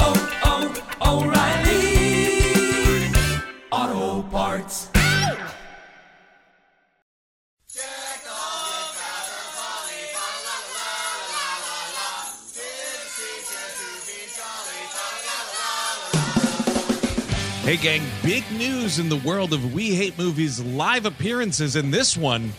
oh, oh, O'Reilly. Auto Parts. Hey, gang, big news in the world of We Hate Movies live appearances. In this one,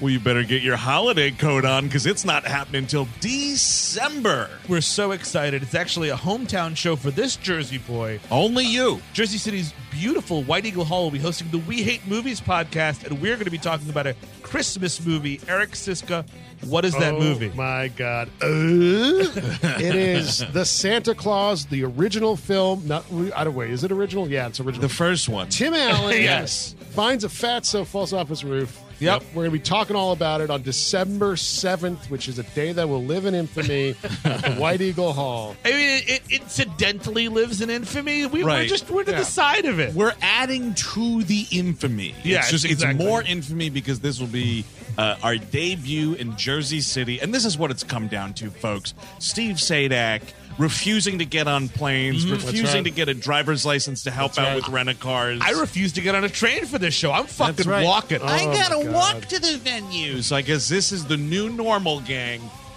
well, you better get your holiday coat on because it's not happening until December. We're so excited. It's actually a hometown show for this Jersey boy. Only you. Jersey City's beautiful White Eagle Hall will be hosting the We Hate Movies podcast, and we're going to be talking about a Christmas movie. Eric Siska, what is that Oh, movie? My God, Uh, it is the Santa Claus, the original film. Not I don't wait, is it original? Yeah, it's original. The first one. Tim Allen, Yes. finds a fatso falls off his roof. Yep. We're going to be talking all about it on December 7th, which is a day that will live in infamy at the White Eagle Hall. I mean, it, it incidentally lives in infamy. We Right. were just we're to Yeah. the side of it. We're adding to the infamy. Yeah, it's just exactly. it's more infamy because this will be uh, our debut in Jersey City, and this is what it's come down to, folks. Steve Sadak refusing to get on planes, refusing right. to get a driver's license to help out with rent a cars. I refuse to get on a train for this show. I'm fucking That's right. walking. Um, I Oh, gotta my God. walk to the venue. So I guess this is the new normal, gang.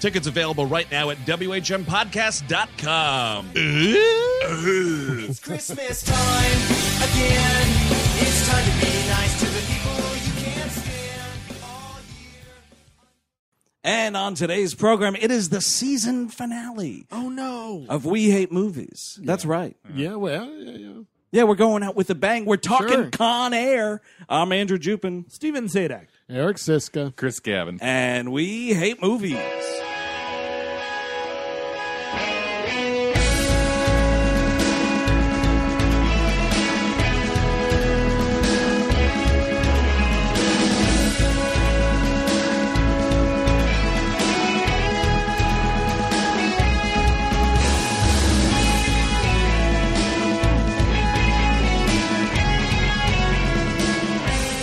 Tickets available right now at WHMPodcast.com. It's Christmas time again. It's time to be nice to the people you can't stand all year. And on today's program, it is the season finale. Oh no! Of We Hate Movies. That's right. Yeah, well, yeah, yeah. Yeah, we're going out with a bang. We're talking Sure. Con Air. I'm Andrew Jupin, Steven Zadak. Eric Siska. Chris Gavin. and we hate movies.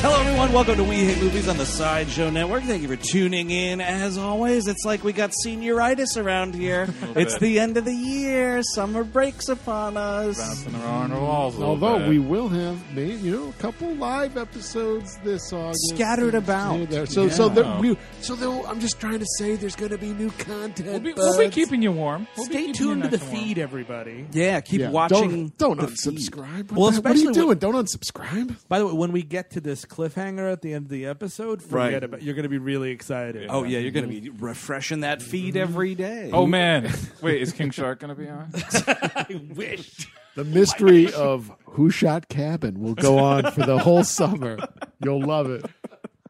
Hello, everyone. Welcome to We Hate Movies on the Sideshow Network. Thank you for tuning in. As always, it's like we got senioritis around here. it's bit. the end of the year. Summer breaks upon us. Bouncing around our walls. a little Although bit. we will have, maybe, you know, a couple live episodes this August, Scattered about. Here, there. So, so Yeah. there, we, so there, I'm just trying to say there's going to be new content. we'll be, buds. we'll be keeping you warm. We'll be Stay keeping tuned you to the nice and warm. feed, everybody. Yeah, keep Yeah, watching. Don't, the don't feed. unsubscribe. What Well, the- what are you especially doing? Don't unsubscribe. By the way, when we get to this cliffhanger at the end of the episode, forget Right. about. You're going to be really excited. Oh yeah, you're going to be refreshing that feed every day. Oh man! Wait, is King Shark gonna be on? I wish. The mystery of who shot Cabin will go on for the whole summer. You'll love it.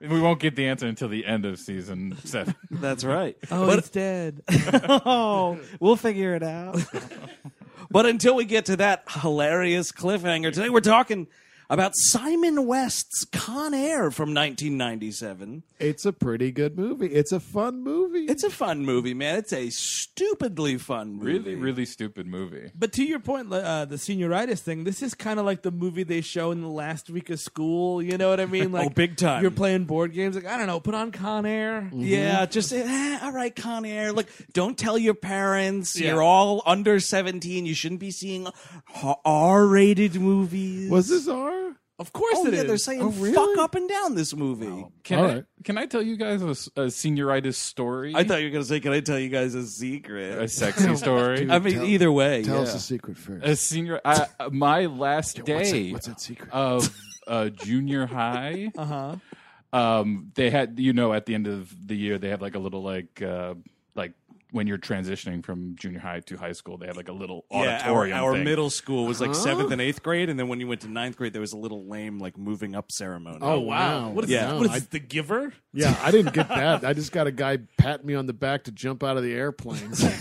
we won't get the answer until the end of season seven. that's right. Oh, but it's dead. oh, we'll figure it out. but until we get to that hilarious cliffhanger today, we're talking about Simon West's Con Air from 1997. It's a pretty good movie. It's a fun movie. It's a fun movie, man. It's a stupidly fun movie. Really, really stupid movie. But to your point, uh, the senioritis thing, this is kind of like the movie they show in the last week of school. You know what I mean? Like, Oh, big time. Mm-hmm. You're playing board games. Like, I don't know, put on Con Air. Yeah, just eh, all right, Con Air. Look, don't tell your parents. Yeah. You're all under 17. You shouldn't be seeing R-rated movies. Was this R? Of course Oh it yeah, is. they're saying Oh, really? fuck up and down this movie. Can All I, right. can I tell you guys a, s- a senioritis story? I thought you were gonna say, "Can I tell you guys a a secret?" sexy story. I mean, either way, Tell yeah. us the secret first. a senior. I, uh, my last day what's, that, what's that secret? Uh-huh. of uh, junior high. Uh huh. Um, they had, you know, at the end of the year, they have like a little like uh, like when you're transitioning from junior high to high school, they have like a little auditorium. our, our thing. middle school was like seventh and eighth grade, and then when you went to ninth grade, there was a little lame like moving up ceremony. wow! What is, Yeah. what is I, the giver? yeah, I didn't get that. I just got a guy pat me on the back to jump out of the airplane. So,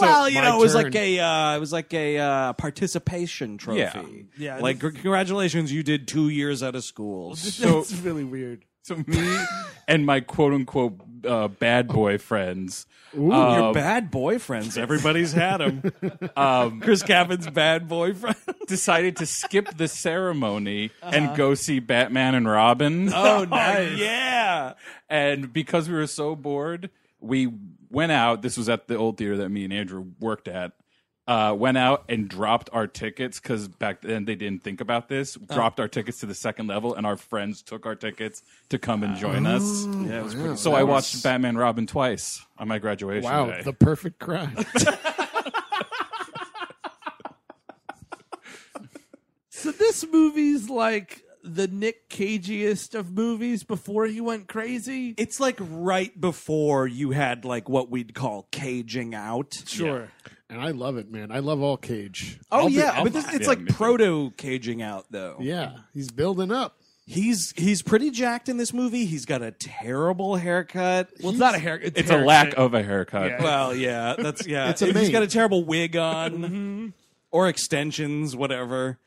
well, you my know, it was turn. like a uh, it was like a uh, participation trophy. Yeah. Yeah, like congratulations, you did two years out of school. So It's really weird. to me and my quote unquote uh, bad boy friends. Your bad boyfriends, everybody's had them. Chris Cavan's bad boyfriend. decided to skip the ceremony and go see Batman and Robin. Uh-huh. Oh, nice. yeah. And because we were so bored, we went out. This was at the old theater that me and Andrew worked at. Uh, went out and dropped our tickets because back then they didn't think about this. Oh. Dropped our tickets to the second level, and our friends took our tickets to come and join us. Yeah, it was pretty So I watched Batman Robin twice on my graduation Wow, day. the perfect crime. So this movie's like the Nick Cageiest of movies before he went crazy. It's like right before you had like what we'd call caging out. Sure. And I love it, man. I love all Cage. Oh I'll be- yeah, I'll- but this, it's yeah, like me too. proto caging out though. yeah, he's building up. He's he's pretty jacked in this movie. He's got a terrible haircut. Well, it's not a hair. It's, it's hair a lack shit. of a haircut. Well, yeah, that's yeah. It's Mm-hmm. a He's mane. got a terrible wig on, or extensions, whatever.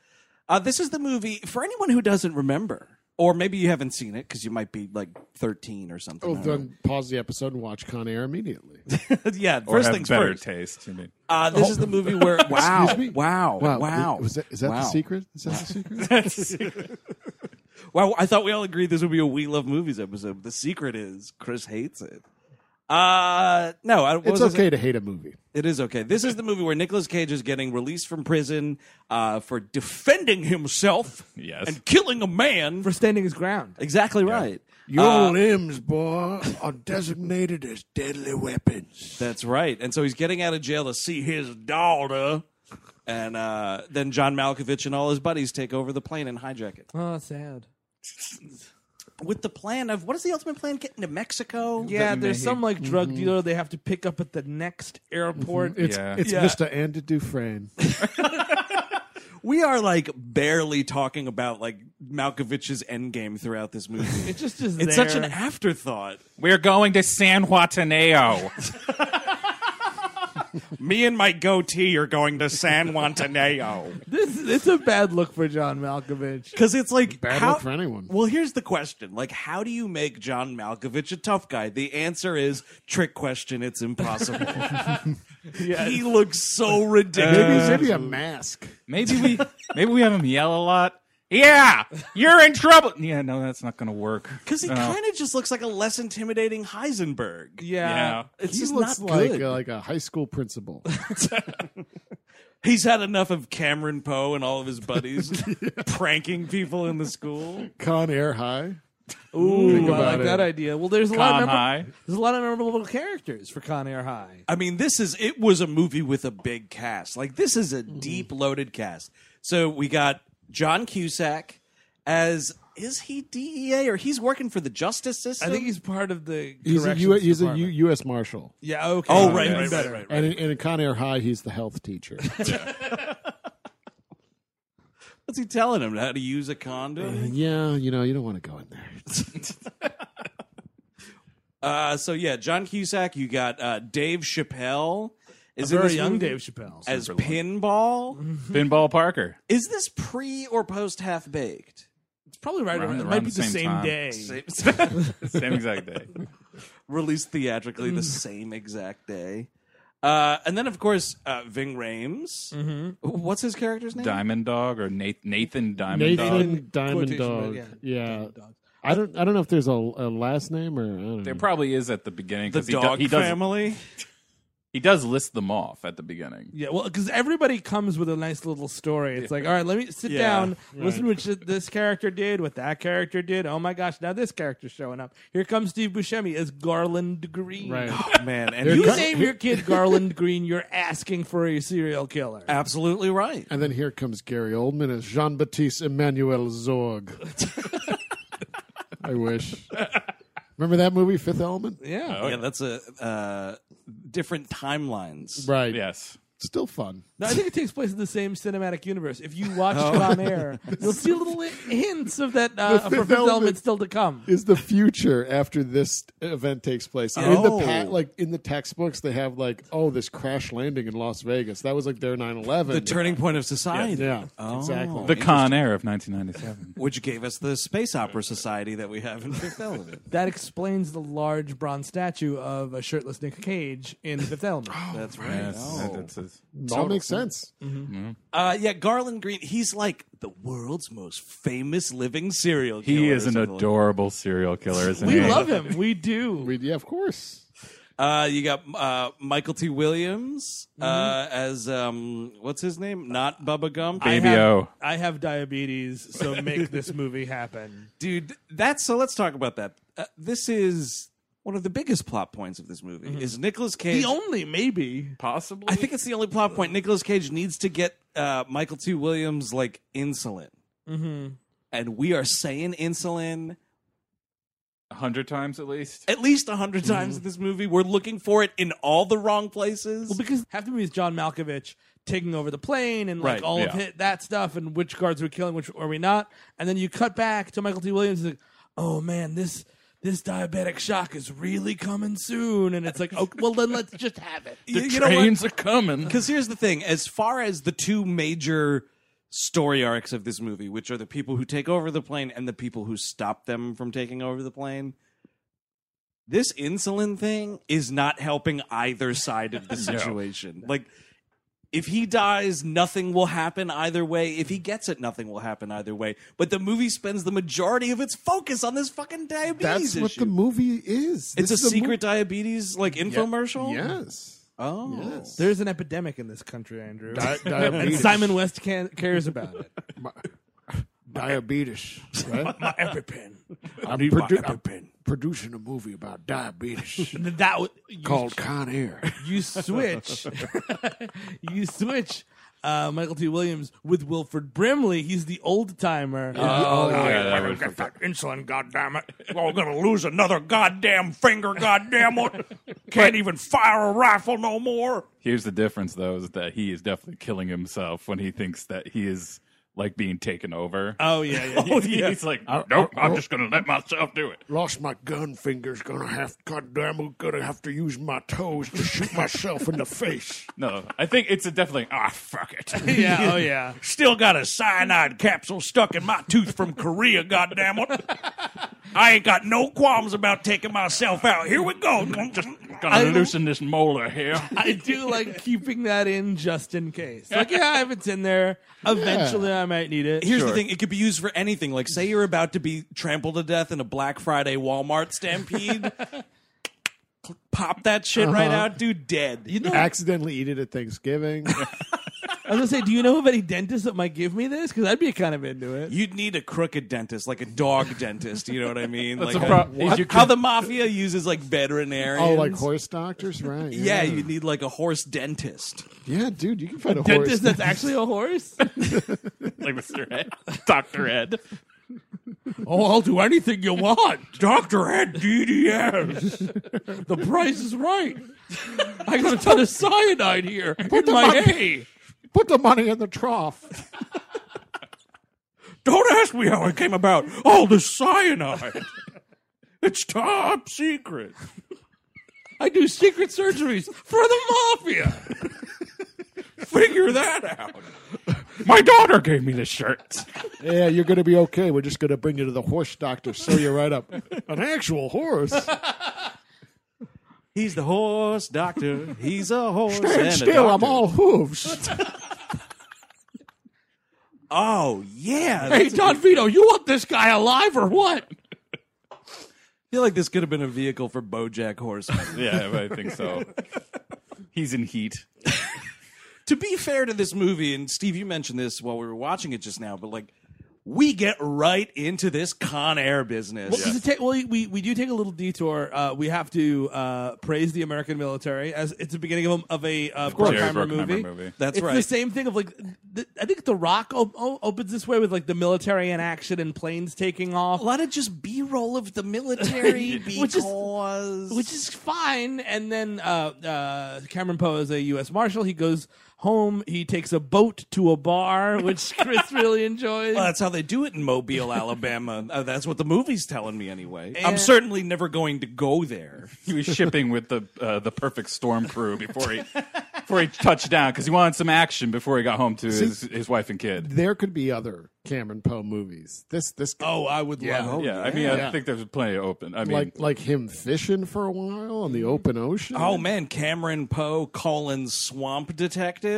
Uh, this is the movie for anyone who doesn't remember, or maybe you haven't seen it because you might be like thirteen or something. Oh, I don't then pause the episode and watch Con Air immediately. know. yeah, or first have things better first. taste. You mean. Uh, this is the movie where wow, Excuse me? wow, wow, wow. Was that, is that wow. the secret? Is that the secret? Wow, I thought we all agreed this would be a We Love Movies episode. The secret is Chris hates it. Uh, no, I, what it's was I saying? okay to hate a movie. It is okay. This is the movie where Nicolas Cage is getting released from prison uh, for defending himself Yes. and killing a man. for standing his ground. exactly right. Your limbs, boy, are designated as deadly weapons. That's right. And so he's getting out of jail to see his daughter. And uh, then John Malkovich and all his buddies take over the plane and hijack it. Oh, sad. With the plan of what is the ultimate plan? Getting to Mexico? Yeah, there's some like drug Mm-hmm. dealer they have to pick up at the next airport. It's, Yeah. it's Yeah. Mr. Andy Dufresne. We are like barely talking about like Malkovich's endgame throughout this Mm-hmm. movie. It just is. it's such an afterthought. We're going to San Juataneo. Me and my goatee are going to San Juantaneo. This it's a bad look for John Malkovich. Because it's like Bad how, luck for anyone. Well, here's the question: like, how do you make John Malkovich a tough guy? The answer is trick question. It's impossible. He looks so Maybe, ridiculous. maybe a mask. Maybe we maybe we have him yell a lot. Yeah, you're in trouble. Yeah, no, that's not gonna work. Because he No. uh. kind of just looks like a less intimidating Heisenberg. Yeah. Yeah. It's He just looks not like good. a, like a high school principal. He's had enough of Cameron Poe and all of his buddies pranking people in the school. Con Air High. Ooh, Think I like about it. that idea. Well, there's a lot. Con Of memor- High. There's a lot of memorable characters for Con Air High. I mean, this is it was a movie with a big cast. Like this is a Mm. deep loaded cast. So we got John Cusack as is he DEA or he's working for the justice system? I think he's part of the. He's a, U- corrections he's a U- department. U.S. Marshal. Yeah. Okay. Oh, right, Even right, right, better. right, And in, and in Con Air High, he's the health teacher. what's he telling him how to use a condom? yeah, you know, you don't want to go in there. Uh, so yeah, John Cusack. You got uh, Dave Chappelle. Is in Very this young movie Dave Chappelle. as Pinball. Pinball Parker. Is this pre or post Half Baked? It's probably right Around- around. It around might be the the same same time. day. Same exact day. Released theatrically the same exact day. Uh, and then, of course, uh, Ving Rhames. What's his character's name? Diamond Dog or Nathan, Nathan Diamond Dog. Nathan Dog. Diamond Quotation mark, Dog. yeah. Yeah. I don't. I don't know if there's a, a last name or. I don't There know. probably is at the beginning the because he, do- dog he does family. he does list them off at the beginning. Yeah, well, because everybody comes with a nice little story. It's like, all right, let me sit Yeah. down, listen to what sh- this character did, what that character did. Oh my gosh, now this character's showing up. Here comes Steve Buscemi as Garland Green. Right. Man, and They're You he's cut- name your kid Garland Green, you're asking for a serial killer. absolutely right. And then here comes Gary Oldman as Jean Baptiste Emmanuel Zorg. I wish. Remember that movie, Fifth Element? Oh, Yeah. yeah, that's a uh, different timelines. Right. Yes. Still fun. No, I think it takes place in the same cinematic universe. If you watch Con Air, you'll see little hints of that uh, The for Fifth Fifth Element Element. still to come. Is the future after this event takes place? In Oh. the pa- like in the textbooks, they have like, oh, this crash landing in Las Vegas. That was like their 9-11. The turning point of society. yeah, exactly. The Con Air of 1997. Which gave us the Space Opera Society that we have in Fifth Element. That explains the large bronze statue of a shirtless Nick Cage in Fifth Element. That's right. Yes. Oh. That's- that's- It all makes sense. Uh, yeah, Garland Green. He's like the world's most famous living serial killer. He or is an something like- adorable serial killer, isn't we he? love him. We do. We- yeah, of course. Uh, you got uh, Michael T. Williams uh, as um, what's his name? Not Bubba Gump. I Baby have- O. I have diabetes, so make this movie happen. dude that's so let's talk about that uh, this is one of the biggest plot points of this movie is Nicolas Cage Mm-hmm. The only maybe. Possibly. I think it's the only plot point Nicolas Cage needs to get uh, Michael T Williams like insulin Mm-hmm. and we are saying insulin a hundred times at least. at least a hundred times in this movie we're looking for it in all the wrong places Well, because half the movie is John Malkovich taking over the plane and like Right, all of yeah. hit that stuff and which guards were killing, which are we not? And then you cut back to Michael T. Williams and like, oh man, this this diabetic shock is really coming soon. And it's like, oh well, then let's just have it. You- you know what? Trains are coming. Because here's the thing: as far as the two major story arcs of this movie, which are the people who take over the plane and the people who stop them from taking over the plane, this insulin thing is not helping either side of the situation. Like. If he dies, nothing will happen either way. If he gets it, nothing will happen either way. But the movie spends the majority of its focus on this fucking diabetes That's what the movie. movie is. It's This a is secret diabetes like infomercial. mo- yes. Oh. Yes. There's an epidemic in this country, Andrew. and diabetes. Simon West can- cares about it. diabetes. Right? My EpiPen. I'm, produ- I'm producing a movie about diabetes That would you, called Con Air. you switch you switch uh, Michael T. Williams with Wilford Brimley. He's the old timer. oh, yeah, that would fuck up. insulin, goddammit. Well, we're gonna lose another goddamn finger, goddamn it. Can't even fire a rifle no more. Here's the difference, though, is that he is definitely killing himself when he thinks that he is like being taken over. oh yeah, yeah. oh, yeah. He's like, nope, I'm just gonna let myself do it. Lost my gun fingers. Gonna have. Goddamn, I'm gonna have to use my toes to shoot myself in the face. No, I think it's a definitely ah fuck it. yeah, oh yeah. Still got a cyanide capsule stuck in my tooth from Korea, goddamn it. I ain't got no qualms about taking myself out. Here we go. Just Gonna loosen this molar here. I do like keeping that in just in case. Like, yeah, if it's in there, eventually I might need it. Here's the thing: it could be used for anything. Like, say you're about to be trampled to death in a Black Friday Walmart stampede. Pop that shit right out, dude. Dead. You know, I Accidentally eat it at Thanksgiving. was gonna say, do you know of any dentists that might give me this? Because I'd be kind of into it. You'd need a crooked dentist, like a dog dentist. You know what I mean? like a a- prob- is you how could- the mafia uses like veterinarians. oh, like horse doctors, right? yeah, you need like a horse dentist. Yeah, dude, you can find a, horse. Dentist that's actually a horse? like Mr. Ed, Doctor Ed. oh, I'll do anything you want. Dr. Ed DDS. The price is right. I got a ton of cyanide here in the my mon- hay. Put the money in the trough. Don't ask me how it came about. Oh, the cyanide. It's top secret. I do secret surgeries for the mafia. Figure that out. My daughter gave me this shirt. yeah, you're gonna be okay. We're just gonna bring you to the horse doctor. Sew you right up. An actual horse. He's the horse doctor. He's a horse. and a Still, I'm doctor. all hooves. Oh yeah. Hey, Don Vito, you want this guy alive or what? I feel like this could have been a vehicle for BoJack Horseman. Yeah, I think so. He's in heat. to be fair to this movie, and Steve, you mentioned this while we were watching it just now, but like we get right into this Con Air business. Well, does it take- well, we, we do take a little detour. Uh, we have to uh, praise the American military as it's the beginning of, a- of a uh, Bruckheimer Jerry Bruckheimer movie. movie. That's it's right. the same thing of like, th- I think The Rock op- o- opens this way with like the military in action and planes taking off. a lot of just B-roll of the military Which is- because which is fine. And then uh, uh, Cameron Poe is a U.S. Marshal. He goes home. He takes a boat to a bar, which Chris really enjoys. Well, that's how they do it in Mobile, Alabama. Uh, that's what the movie's telling me, anyway. I'm And- certainly never going to go there. He was shipping with the uh, the perfect storm crew before he before he touched down because he wanted some action before he got home to his, his wife and kid. There could be other Cameron Poe movies. This this Oh, I would Yeah. love. Yeah, I mean, I think there's plenty of open. I mean, like like him fishing for a while on the open ocean. Oh man, Cameron Poe, Colin Swamp Detective.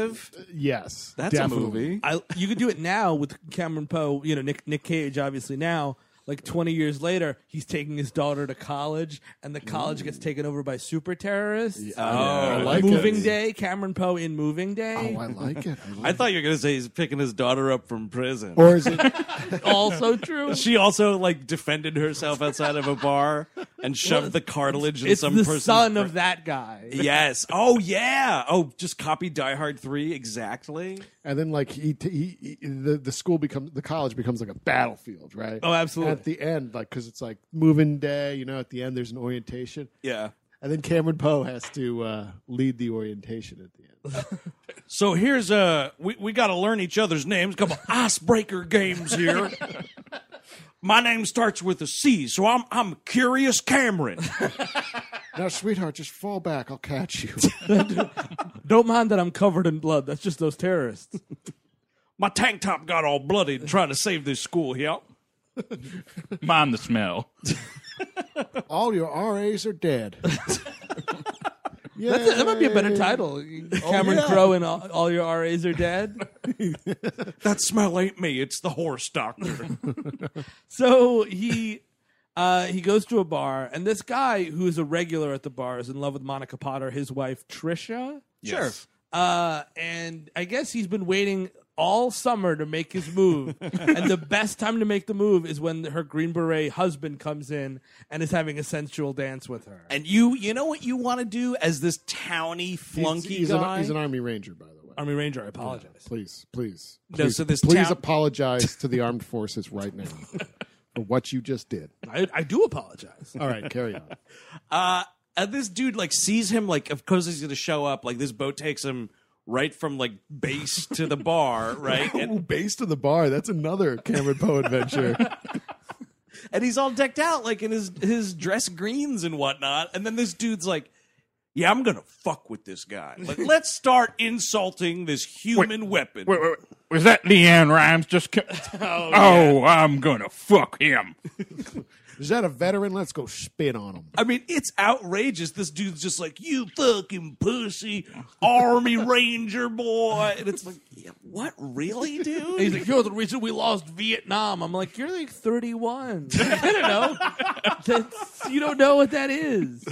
yes, That's definitely. a movie. I, you could do it now with Cameron Poe. You know, Nick Nick Cage, obviously now. Like 20 years later, he's taking his daughter to college, and the college gets taken over by super terrorists. I uh, like Moving it. Day, Cameron Poe in Moving Day. Oh, I like it. I like I thought you were gonna say he's picking his daughter up from prison. it. Or is it? also true. she also like defended herself outside of a bar and shoved the cartilage in it's some the person's son bra- of that guy. Yes. Oh yeah. Oh, just copy Die Hard three exactly. And then like he, he, he the the school becomes the college becomes like a battlefield, right? Oh, absolutely. At the end, like because it's like moving day, you know. At the end, there's an orientation, Yeah. and then Cameron Poe has to uh, lead the orientation at the end. So here's uh we, we gotta learn each other's names. Come on. Icebreaker games here. My name starts with a C, so I'm I'm Curious Cameron. now, sweetheart, just fall back. I'll catch you. Don't mind that I'm covered in blood. That's just those terrorists. My tank top got all bloody trying to save this school here. mind the smell. All your RAs are dead. That's a- that might be a better title. Cameron Oh, yeah. Crowe and all, all your RAs are dead. That smell ain't me. It's the horse doctor. so he uh, he goes to a bar, and this guy who is a regular at the bar is in love with Monica Potter, his wife Trisha. Sure. Uh, and I guess he's been waiting all summer to make his move. and the best time to make the move is when her Green Beret husband comes in and is having a sensual dance with her. And you you know what you wanna do as this towny He's, flunky he's, guy? an, he's an Army Ranger, by the way. Army Ranger, I apologize. Please, please. No, please, so this please town- apologize to the armed forces right now for what you just did. I, I do apologize. All right, carry on. uh, and this dude like sees him like of course he's gonna show up like this boat takes him right from like base to the bar right Ooh, and, base to the bar. That's another Cameron Poe adventure. and he's all decked out like in his his dress greens and whatnot and then this dude's like yeah i'm gonna fuck with this guy like let's start insulting this human weapon Wait, wait, wait. Was that Leanne Rhymes just? Ca- oh, I'm gonna fuck him. Is that a veteran? Let's go spin on him. i mean it's outrageous this dude's just like you fucking pussy Army Ranger boy. and it's like yeah, what really dude And he's like, you're the reason we lost Vietnam. I'm like, you're like 31. I don't know. That's, you don't know what that is.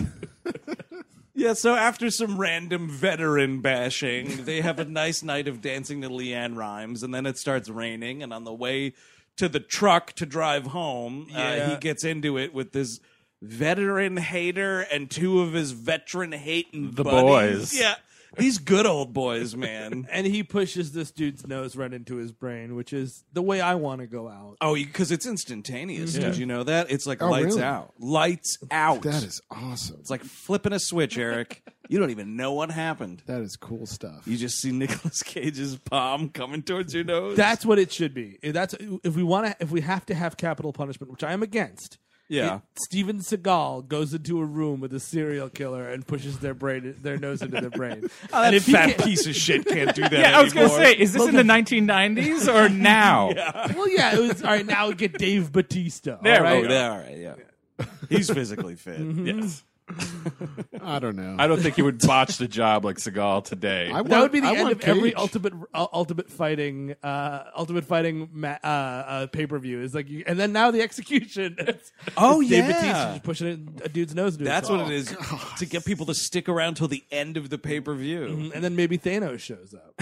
Yeah, so after some random veteran bashing, they have a nice night of dancing to Leanne Rhymes, and then it starts raining. And on the way to the truck to drive home, uh, Yeah. he gets into it with this veteran hater and two of his veteran hating The buddies. boys. Yeah, these good old boys, man. And he pushes this dude's nose right into his brain, which is the way I want to go out. Oh, because it's instantaneous. Did you know that? It's like Oh, lights really? out. Lights out. That is awesome. It's like flipping a switch, Eric. you don't even know what happened. that is cool stuff. You just see Nicolas Cage's palm coming towards your nose. That's what it should be. If That's if we want to, if we have to have capital punishment, which I am against. Yeah. it- Steven Seagal goes into a room with a serial killer and pushes their brain, their nose into their brain. oh, and if he fat can't- piece of shit can't do that. Yeah, I was gonna anymore. say, is this in the 1990s or now? well, yeah, it was all right. Now we get Dave Batista. There all right? we Oh, yeah, all right, yeah. He's physically fit. Yes. I don't know. I don't think he would botch the job like Seagal today. I want, That would be the I end want of every Cage. ultimate uh, ultimate fighting uh, ultimate fighting ma- uh, uh, pay per view. Is like, you, and then now the execution. It's, Oh, it's Dave yeah. Bautista just pushing a- a dude's nose. Into That's his what it is to get people to stick around till the end of the pay per view. And then maybe Thanos shows up.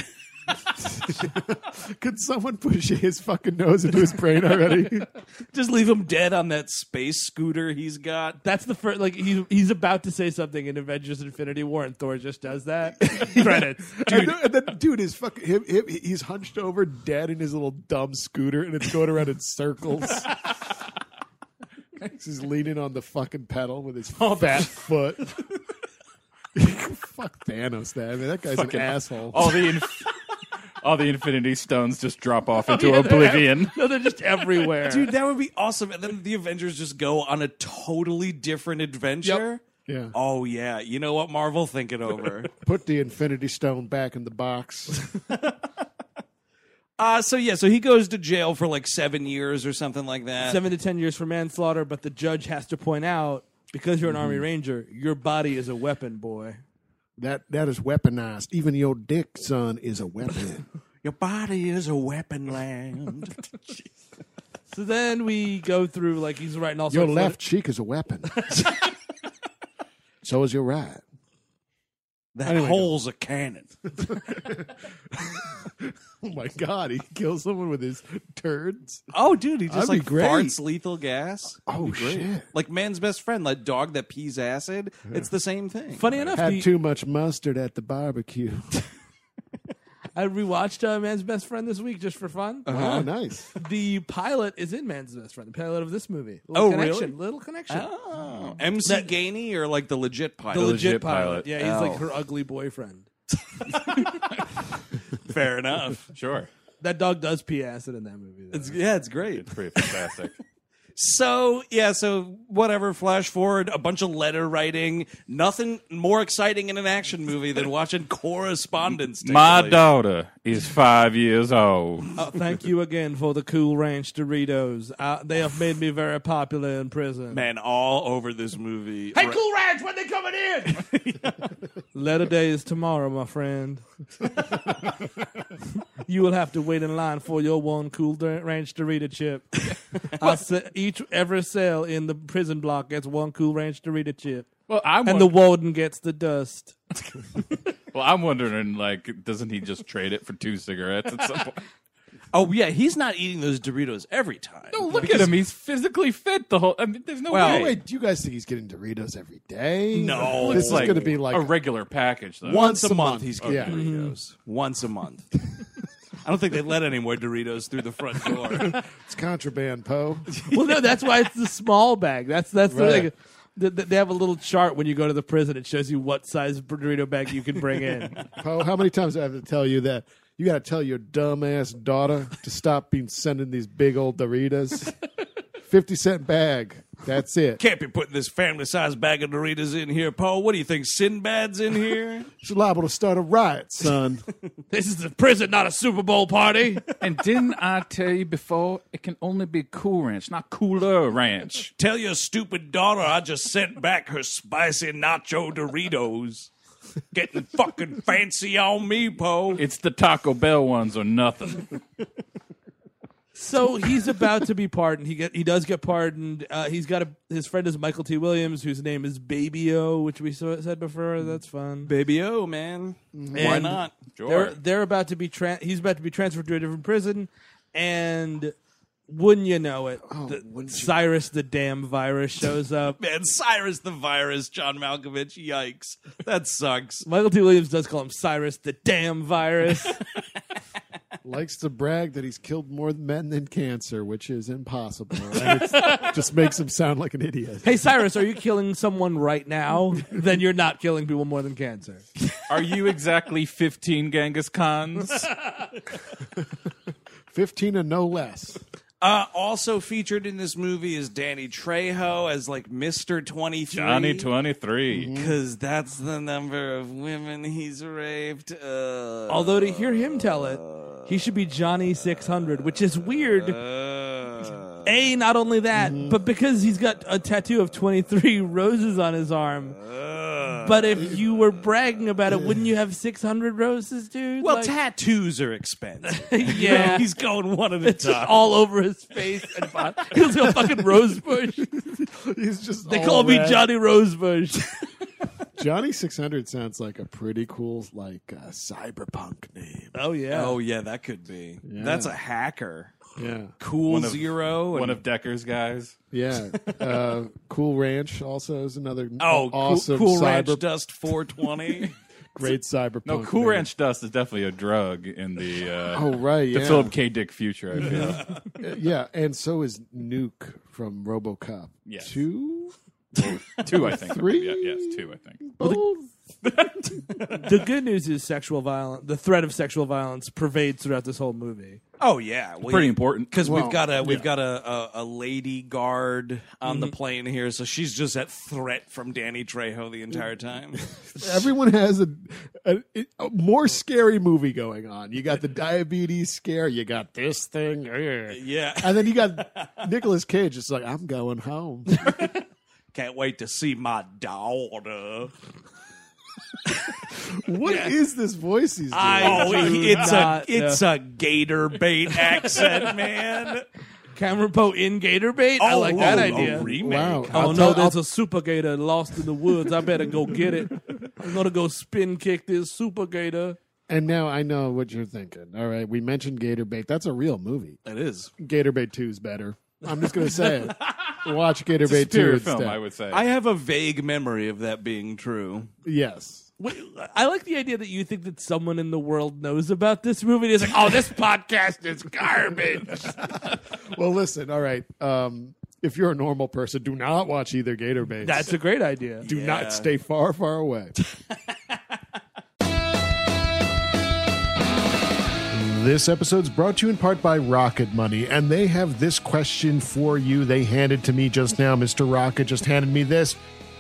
Could someone push his fucking nose into his brain already? Just leave him dead on that space scooter he's got. That's the first. Like he's he's about to say something in Avengers: Infinity War, and Thor just does that. Credits. dude. And then, dude is fucking him, him. He's hunched over, dead in his little dumb scooter, and it's going around in circles. He's just leaning on the fucking pedal with his fat foot. Fuck Thanos, that I mean, that guy's Fucking- an asshole. All the inf- all the Infinity Stones just drop off into oblivion. No, they're just everywhere. Dude, that would be awesome. And then the Avengers just go on a totally different adventure. Yeah. Oh yeah. You know what, Marvel? Think it over. Put the Infinity Stone back in the box. uh so yeah, so he goes to jail for like seven years or something like that. Seven to ten years for manslaughter, but the judge has to point out because you're an army ranger, your body is a weapon, boy. That that is weaponized. Even your dick, son, is a weapon. Your body is a weapon land. So then we go through like he's writing all Your sorts left cheek is a weapon. so is your right. that hole's a cannon. oh my god, he kills someone with his turds. Oh dude, he just That'd be like great. farts lethal gas. Oh shit! Like man's best friend, that dog that pees acid. It's the same thing. Of, funny enough, Had the- too much mustard at the barbecue. I rewatched uh, Man's Best Friend this week just for fun. Oh, nice. The pilot is in Man's Best Friend. The pilot of this movie. Oh, Little connection, really? Little connection. Oh. MC Gainey or like the legit pilot? The legit, legit pilot. pilot. Yeah, he's Oh. like her ugly boyfriend. Fair enough. Sure, That dog does pee acid in that movie. though. It's, yeah, it's great. pretty fantastic. So yeah, so whatever. Flash forward a bunch of letter writing. Nothing more exciting in an action movie than watching correspondence. take My place. daughter is five years old. Uh, thank you again for the Cool Ranch Doritos. Uh, they have made me very popular in prison. man, all over this movie. Hey, Cool Ranch, when they coming in? Letter day is tomorrow, my friend. you will have to wait in line for your one Cool Dor- Ranch Dorito chip. I'll se- each every cell in the prison block gets one Cool Ranch Dorito chip, Well, I'm and the warden gets the dust. well, I'm wondering, like, doesn't he just trade it for two cigarettes at some point? Oh yeah, he's not eating those Doritos every time. No, look at him. He's physically fit the whole. I mean, there's no Well, way. Wait, do you guys think he's getting Doritos every day? No. This It's is like going to be like a regular package, though. once, a month, he's getting Yeah. Doritos. Once a month. I don't think they let any more Doritos through the front door. it's contraband, Poe. well, no, that's why it's the small bag. That's that's the Right. thing. Th- th- They have a little chart when you go to the prison. It shows you what size burrito bag you can bring in. Poe, how many times do I have to tell you that? You got to tell your dumbass daughter to stop being sending these big old Doritos. 50 cent bag. That's it. Can't be putting this family-sized bag of Doritos in here, Paul. What do you think, Sinbad's in here? She's liable to start a riot, son. this is a prison, not a Super Bowl party. And didn't I tell you before? It can only be Cool Ranch, not Cooler Ranch. Tell your stupid daughter I just sent back her spicy nacho Doritos. Getting fucking fancy on me, Poe. It's the Taco Bell ones or nothing. So he's about to be pardoned. He get he does get pardoned. Uh, he's got a his friend is Michael T. Williams, whose name is Baby O, which we so, said before. That's fun. Baby O, man. Why And not? Sure. They're they're about to be tra- he's about to be transferred to a different prison, and wouldn't you know it, the- Cyrus the damn virus shows up. Man, Cyrus the virus, John Malkovich. Yikes. That sucks. Michael T. Williams does call him Cyrus the damn virus. Likes to brag that he's killed more men than cancer, which is impossible. And it's- just makes him sound like an idiot. hey, Cyrus, are you killing someone right now? then you're not killing people more than cancer. Are you exactly 15 Genghis Khans? 15 and no less. Uh, also featured in this movie is Danny Trejo as like Mr. 23. Johnny 23. Because that's the number of women he's raped. Uh, Although to hear him tell it, he should be Johnny 600, which is weird. uh, A, not only that, Mm-hmm. but because he's got a tattoo of 23 roses on his arm. Uh. But if you were bragging about it, wouldn't you have 600 roses, dude? well, Like, tattoos are expensive. yeah. He's going one at a It's just time. all over his face and body. He looks like a fucking rosebush. He's just They all call me red. Johnny Rosebush. Johnny 600 sounds like a pretty cool, like, uh, cyberpunk name. Oh yeah. Oh yeah, that could be. That's a hacker. Yeah. Cool One of- Zero. One and- of Decker's guys. Yeah. Uh, cool Ranch also is another oh, Cool- awesome cool, cyber, Ranch Dust 420. great cyberpunk. No, Cool name. Ranch Dust is definitely a drug in the uh, Oh, right. the Yeah. Uh, Philip K. Dick future. I feel. yeah. And so is Nuke from RoboCop. Yes. Two? two, I think. Three? Yeah, yes, two, I think. Both? The good news is sexual violence. The threat of sexual violence pervades throughout this whole movie. oh yeah, we- Pretty important. because we've got a we've got a, a, a lady guard on the plane here, so she's just at threat from Danny Trejo the entire time. Everyone has a, a, a more scary movie going on. You got the diabetes scare. You got this thing. eh. yeah, And then you got Nicolas Cage. It's like, I'm going home. can't wait to see my daughter. What is this voice he's doing? I, do Oh, it's not a it's a gator bait accent, man. Oh, Cameron Poe in Gator Bait. Oh, I like that idea. A remake. wow. Oh I'll no, tell- I'll- there's a super gator lost in the woods. I better go get it. I'm gonna go spin kick this super gator. And now I know what you're thinking. All right, we mentioned Gator Bait. That's a real movie. That is. Gator Bait 2 is better. I'm just going to say it. Watch Gator Bait 2 Superior instead. film, I would say. I have a vague memory of that being true. Yes. Wait, I like the idea that you think that someone in the world knows about this movie. And it's like, oh, this podcast is garbage. Well, listen, all right. Um, if you're a normal person, do not watch either Gator Baits. That's a great idea. do Yeah. not stay far, far away. This episode's brought to you in part by Rocket Money, and they have this question for you. They handed to me just now. Mr. Rocket just handed me this.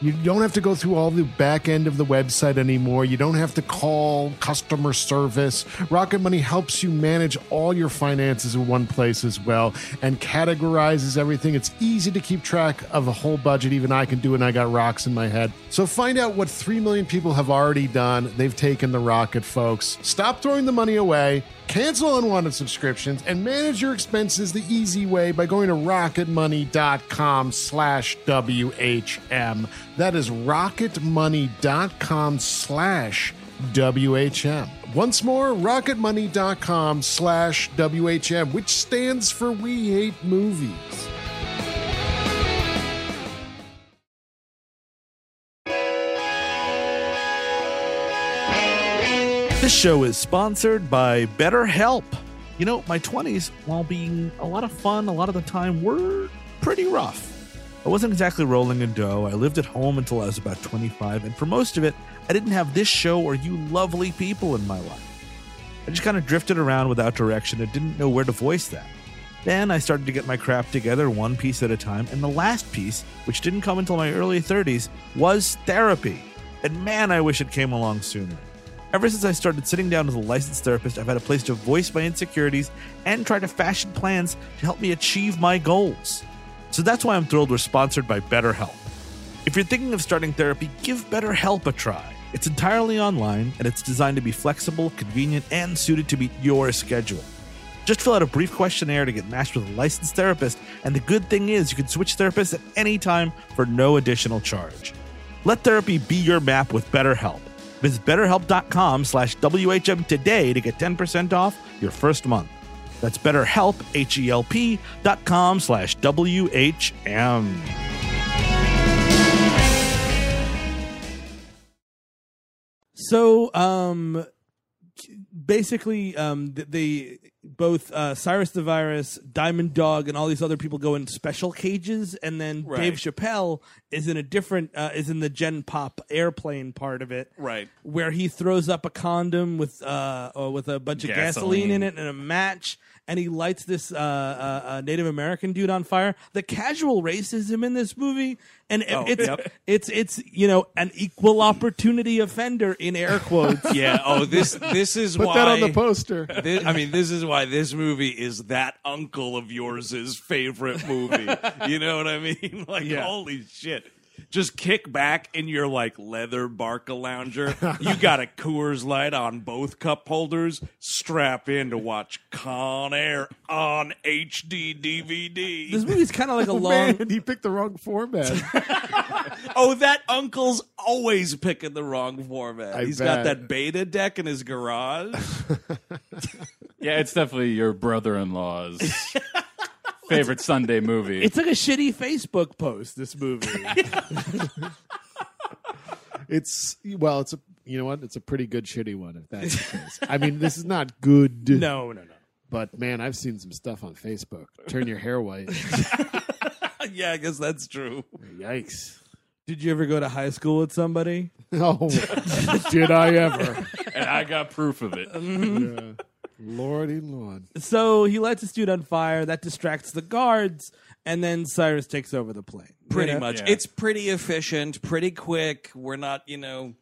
You don't have to go through all the back end of the website anymore. You don't have to call customer service. Rocket Money helps you manage all your finances in one place as well and categorizes everything. It's easy to keep track of a whole budget. Even I can do it, and I got rocks in my head. So find out what 3 million people have already done. They've taken the rocket, folks. Stop throwing the money away, cancel unwanted subscriptions, and manage your expenses the easy way by going to rocketmoney.com slash WHM. That is rocketmoney.com slash WHM. Once more, rocketmoney.com slash WHM, which stands for We Hate Movies. This show is sponsored by BetterHelp. You know, my 20s, while being a lot of fun, a lot of the time were pretty rough. I wasn't exactly rolling in dough. I lived at home until I was about 25, and for most of it, I didn't have this show or you lovely people in my life. I just kind of drifted around without direction and didn't know where to voice that. Then I started to get my crap together one piece at a time, and the last piece, which didn't come until my early 30s, was therapy. And man, I wish it came along sooner. Ever since I started sitting down with a licensed therapist, I've had a place to voice my insecurities and try to fashion plans to help me achieve my goals. So that's why I'm thrilled we're sponsored by BetterHelp. If you're thinking of starting therapy, give BetterHelp a try. It's entirely online and it's designed to be flexible, convenient, and suited to meet your schedule. Just fill out a brief questionnaire to get matched with a licensed therapist, and the good thing is you can switch therapists at any time for no additional charge. Let therapy be your map with BetterHelp. Visit betterhelp.com slash WHM today to get 10% off your first month. That's betterhelp, H-E-L-P dot com slash W-H-M. So, um, basically um, th- they both uh, Cyrus the Virus, Diamond Dog, and all these other people go in special cages, and then Right. Dave Chappelle is in a different uh, is in the Gen Pop airplane part of it, Right. where he throws up a condom with uh, uh with a bunch of gasoline in it Gasoline. and a match. And he lights this uh, uh, uh, Native American dude on fire. The casual racism in this movie, and Oh, it's yep. it's it's you know an equal opportunity offender in air quotes. Yeah. Oh, this this is Put why that on the poster. Thi- I mean, this is why this movie is that uncle of yours's favorite movie. you know what I mean? Like, holy shit. Just kick back in your like leather Barca lounger. You got a Coors Light on both cup holders. Strap in to watch Con Air on HD DVD. This movie's kind of like a Oh, long. man, he picked the wrong format. Oh, that uncle's always picking the wrong format. I He's bet. got that beta deck in his garage. Yeah, it's definitely your brother-in-law's favorite Sunday movie. It's like a shitty Facebook post. This movie. It's well, it's a you know what? It's a pretty good shitty one if that's the case. I mean, this is not good. No, no, no. But man, I've seen some stuff on Facebook. Turn your hair white. yeah, I guess that's true. Yikes. Did you ever go to high school with somebody? Oh, did I ever? and I got proof of it. Lordy Lord. So he lights this dude on fire. That distracts the guards, and then Cyrus takes over the plane. Pretty You know? much. Yeah. It's pretty efficient, pretty quick. We're not, you know,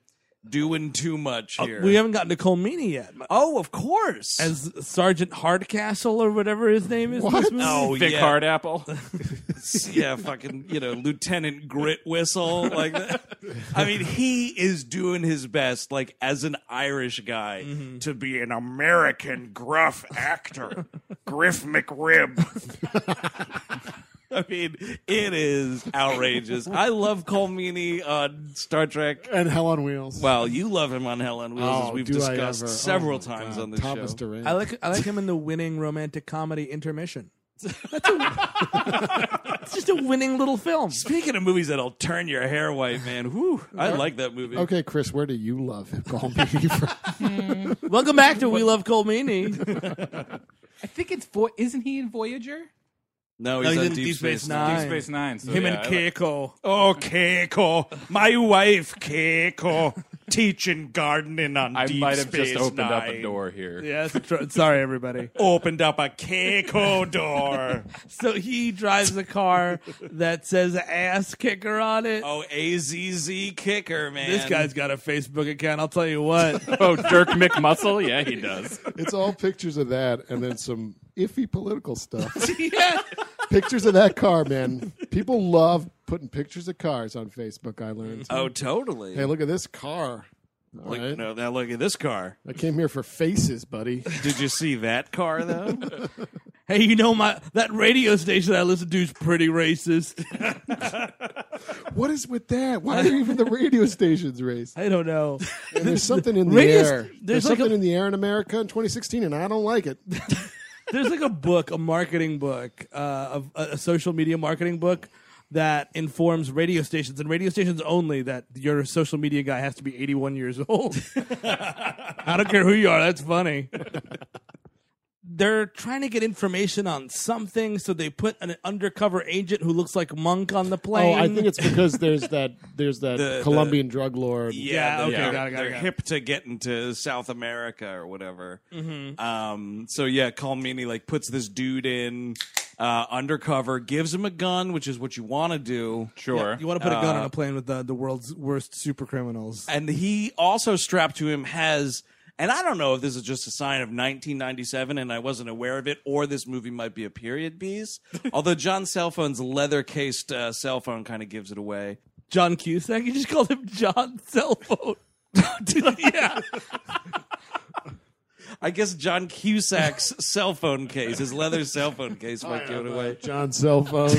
doing too much Uh, here. we haven't gotten to Colmini yet. oh, of course. As Sergeant Hardcastle or whatever his name is. in This movie. oh, Thick yeah. hard apple. yeah, fucking, you know, Lieutenant Grit Whistle. Like that. I mean, he is doing his best, like, as an Irish guy, Mm-hmm. to be an American gruff actor. Griff McRib. I mean, it is outrageous. I love Colmini on Star Trek. And Hell on Wheels. Well, you love him on Hell on Wheels, as we've do I discussed ever. Oh, several my times God. on this Thomas show. Durant. I like I like him in the winning romantic comedy intermission. That's a, it's just a winning little film. Speaking of movies that'll turn your hair white, man, whew, I like that movie. okay, Chris, where do you love him? Call me. from? Welcome back to We Love Colmini. I think it's Vo- isn't he in Voyager? No, he's, he's on in Deep, Space, Nine. Deep Space Nine. So yeah, I like- Keiko. Oh, Keiko, my wife, Keiko, teaching gardening on I Deep might have Space just opened Nine. up a door here. Yeah, that's tr- sorry everybody. Opened up a Keiko door. So he drives a car that says ass kicker on it. oh, AZZ kicker, man. this guy's got a Facebook account, I'll tell you what. Oh, Dirk McMuscle? Yeah, he does. It's all pictures of that and then some iffy political stuff. yeah. pictures of that car, man. People love putting pictures of cars on Facebook, I learned. Oh, totally. Hey, look at this car. All Look- right? no, now look at this car. I came here for faces, buddy. Did you see that car though? Hey, you know my that radio station I listen to is pretty racist. What is with that? Why are even the radio stations race? I don't know. And there's something in the Radio s- air. there's There's, like something a- in the air in America in 2016, and I don't like it. There's like a book, a marketing book, uh, of a, a social media marketing book that informs radio stations and radio stations only that your social media guy has to be 81 years old. I don't care who you are. That's funny. They're trying to get information on something, so they put an undercover agent who looks like Monk on the Oh, plane. I think it's because there's that there's that The- Colombian drug lord. Yeah, Yeah, they're, okay, they're- got it, got it, they're got it. hip to getting to South America or whatever. Mm-hmm. Um, so yeah, Colmini like puts this dude in uh, undercover, gives him a gun, which is what you want to do. Sure. you want to put a gun Uh, on a plane with the, the world's worst super criminals. And he also strapped to him has, and I don't know if this is just a sign of 1997 and I wasn't aware of it, or this movie might be a period piece. Although John's cell phone's leather cased uh, cell phone kind of gives it away. John Cusack. You just called him John Cell Phone. yeah. I guess John Cusack's cell phone case, his leather cell phone case, might give it away. John's cell phone.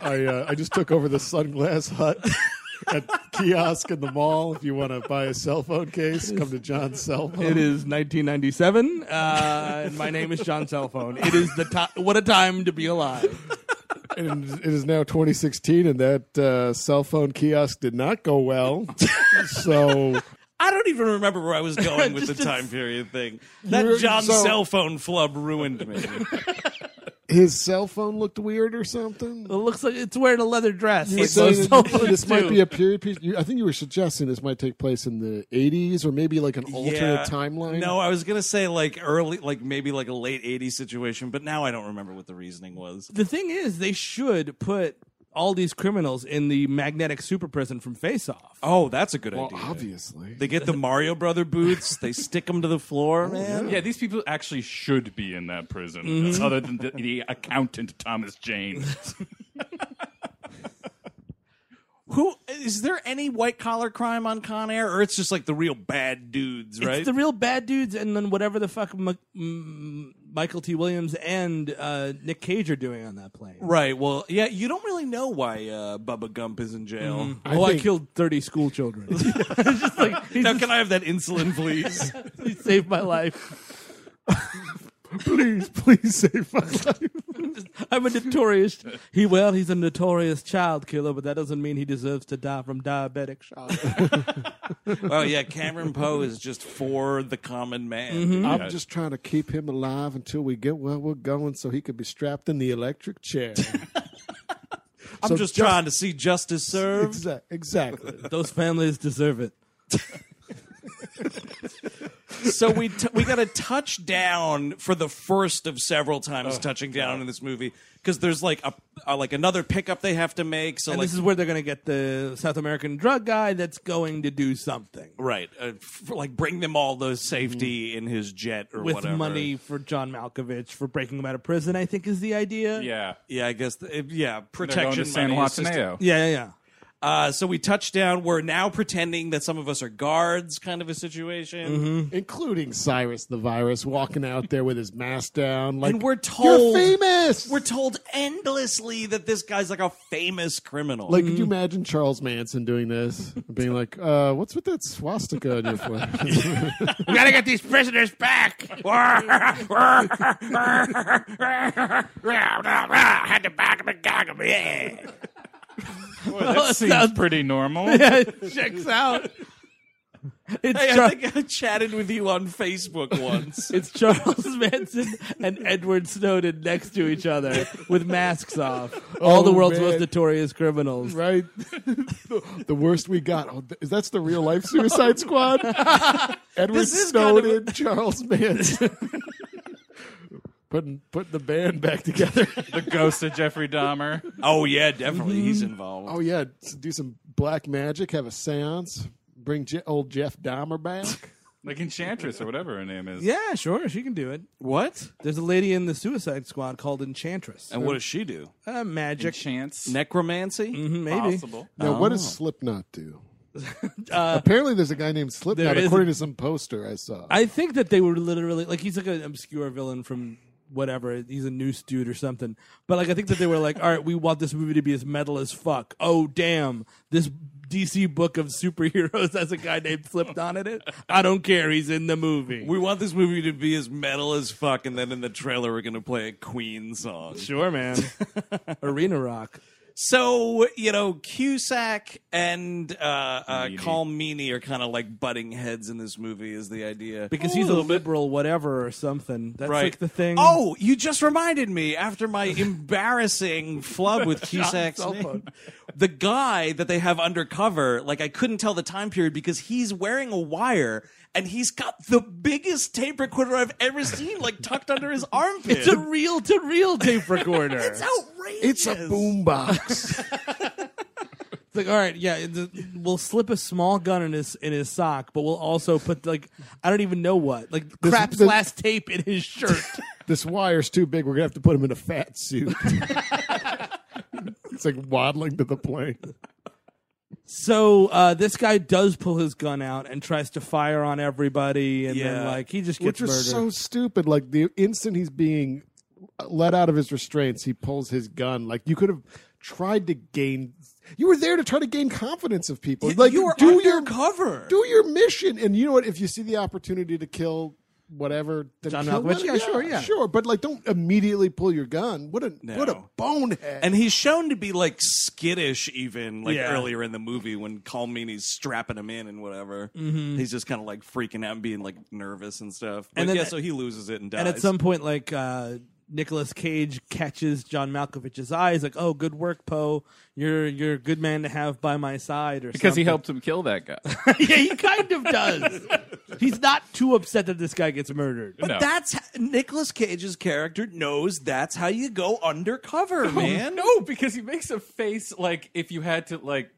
I uh, I just took over the sunglass hut at kiosk in the mall. If you want to buy a cell phone case, come to John's cell phone. It is 1997. Uh, and my name is John Cellphone. It is the ti What a time to be alive. And it is now 2016, and that uh, cell phone kiosk did not go well. so I don't even remember where I was going with the Just a- time period thing. That You're- John so- cell phone flub ruined me. His cell phone looked weird or something. It looks like it's wearing a leather dress. You were Like saying most that cell this phones might do. be a period piece. You, I think you were suggesting this might take place in the 80s or maybe like an alternate Yeah. timeline. No, I was gonna say like early, like maybe like a late '80s situation, but now I don't remember what the reasoning was. The thing is, they should put all these criminals in the magnetic super prison from Face Off. Oh, that's a good Well, idea. obviously, they get the Mario Brother boots. They stick them to the floor, man. Yeah, these people actually should be in that prison, Mhm. other than the, the accountant Thomas Jane. Who is there any white collar crime on Con Air, or it's just like the real bad dudes, right? It's the real bad dudes, and then whatever the fuck M- M- Michael T. Williams and uh, Nick Cage are doing on that plane. right. Well, yeah, you don't really know why uh, Bubba Gump is in jail. Mhm. oh, I killed thirty school children. Just like, he's Now just- can I have that insulin, please? he saved my life. please, please save my life. I'm a notorious. He well, he's a notorious child killer, but that doesn't mean he deserves to die from diabetic shock. oh yeah, Cameron Poe is just for the common man. Mm-hmm. I'm just trying to keep him alive until we get where we're going so he could be strapped in the electric chair. I'm So just, just- trying to see justice served. Exa- exactly. Those families deserve it. so we t- we got to touch down for the first of several Oh, times touching down in this movie because there's like a, a like another pickup they have to make. So and like this is where they're going to get the South American drug guy that's going to do something right, uh, f- like bring them all the Mm-hmm. safety in his jet or with whatever. money for John Malkovich for breaking him out of prison. I think is the idea. yeah, yeah, I guess th- yeah, going to protection. San money, Juan assist- Teneo. Yeah, yeah, yeah. Uh, so we touch down. We're now pretending that some of us are guards, kind of a situation. Mm-hmm. Including Cyrus the virus walking out there with his mask down. Like, and we're told You're famous! We're told endlessly that this guy's like a famous criminal. like, could you imagine Charles Manson doing this? Being like, uh, what's with that swastika on your foot? We gotta get these prisoners back. Had to back him and gag him. Yeah. Well, that seems pretty normal. checks out. It's, Hey, I Char- think I chatted with you on Facebook once. it's Charles Manson and Edward Snowden next to each other with masks off. All the Oh, world's man. most notorious criminals. right? the, the worst we got. Oh, th- that's the real life Suicide Squad. Edward This is kind of Snowden, Charles Manson. putting, putting the band back together. the ghost of Jeffrey Dahmer. oh yeah, definitely he's involved. Oh yeah, s- do some black magic, have a séance, bring Je- old Jeff Dahmer back. Like Enchantress or whatever her name is. Yeah, sure, she can do it. What? There's a lady in the Suicide Squad called Enchantress. And what does she do? Uh, magic, Chance. mm-hmm. Necromancy? Mhm, maybe. Possible. Now, what Oh. does Slipknot do? Uh, Apparently, there's a guy named Slipknot, there is according to some poster I saw. I think that they were literally like he's like an obscure villain from whatever. He's a noose dude or something. But like I think that they were like, all right, we want this movie to be as metal as fuck. Oh damn, this DC book of superheroes has a guy named Slipknot in it. I don't care. He's in the movie. We want this movie to be as metal as fuck, and then in the trailer we're gonna play a Queen song. Sure, man. Arena Rock. So you know, Cusack and uh, uh, Meany. Call Meany are kind of like butting heads in this movie. Is the idea? Because he's a liberal whatever or something. That's Right. like the thing. Oh, you just reminded me after my embarrassing flub with Cusack's name. The guy that they have undercover, like I couldn't tell the time period because he's wearing a wire and he's got the biggest tape recorder I've ever seen, like tucked under his armpit. It's a reel to reel tape recorder. It's outrageous. it's a boombox. It's like, all right, yeah, it- the- we'll slip a small gun in his in his sock, but we'll also put like I don't even know what, like crap's this- last tape in his shirt. this wire's too big. We're gonna have to put him in a fat suit. it's like waddling to the plane. so uh, this guy does pull his gun out and tries to fire on everybody, and then Yeah. like he just gets Which murdered. was so stupid. Like the instant he's being let out of his restraints, he pulls his gun. Like you could have tried to gain. You were there to try to gain confidence of people. Like you were do your undercover. do your mission. And you know what? If you see the opportunity to kill whatever. Then John kill Malkovich? him. Yeah, sure, yeah. sure. But like, don't immediately pull your gun. What a No. what a bonehead. And he's shown to be like skittish, even like Yeah. earlier in the movie when Calmini's strapping him in and whatever. Mhm. He's just kind of like freaking out and being like nervous Mm-hmm. and stuff. But And then- yeah, so he loses it and dies. And at some point, like uh, Nicholas Cage catches John Malkovich's eye. He's like, "Oh, good work, Poe. You're you're a good man to have by my side." Or Because he something. helped him kill that guy. yeah, he kind of does. He's not too upset that this guy gets murdered. But that's how, Nicolas Cage's character knows that's how you go undercover, man. No, because he makes a face like if you had to like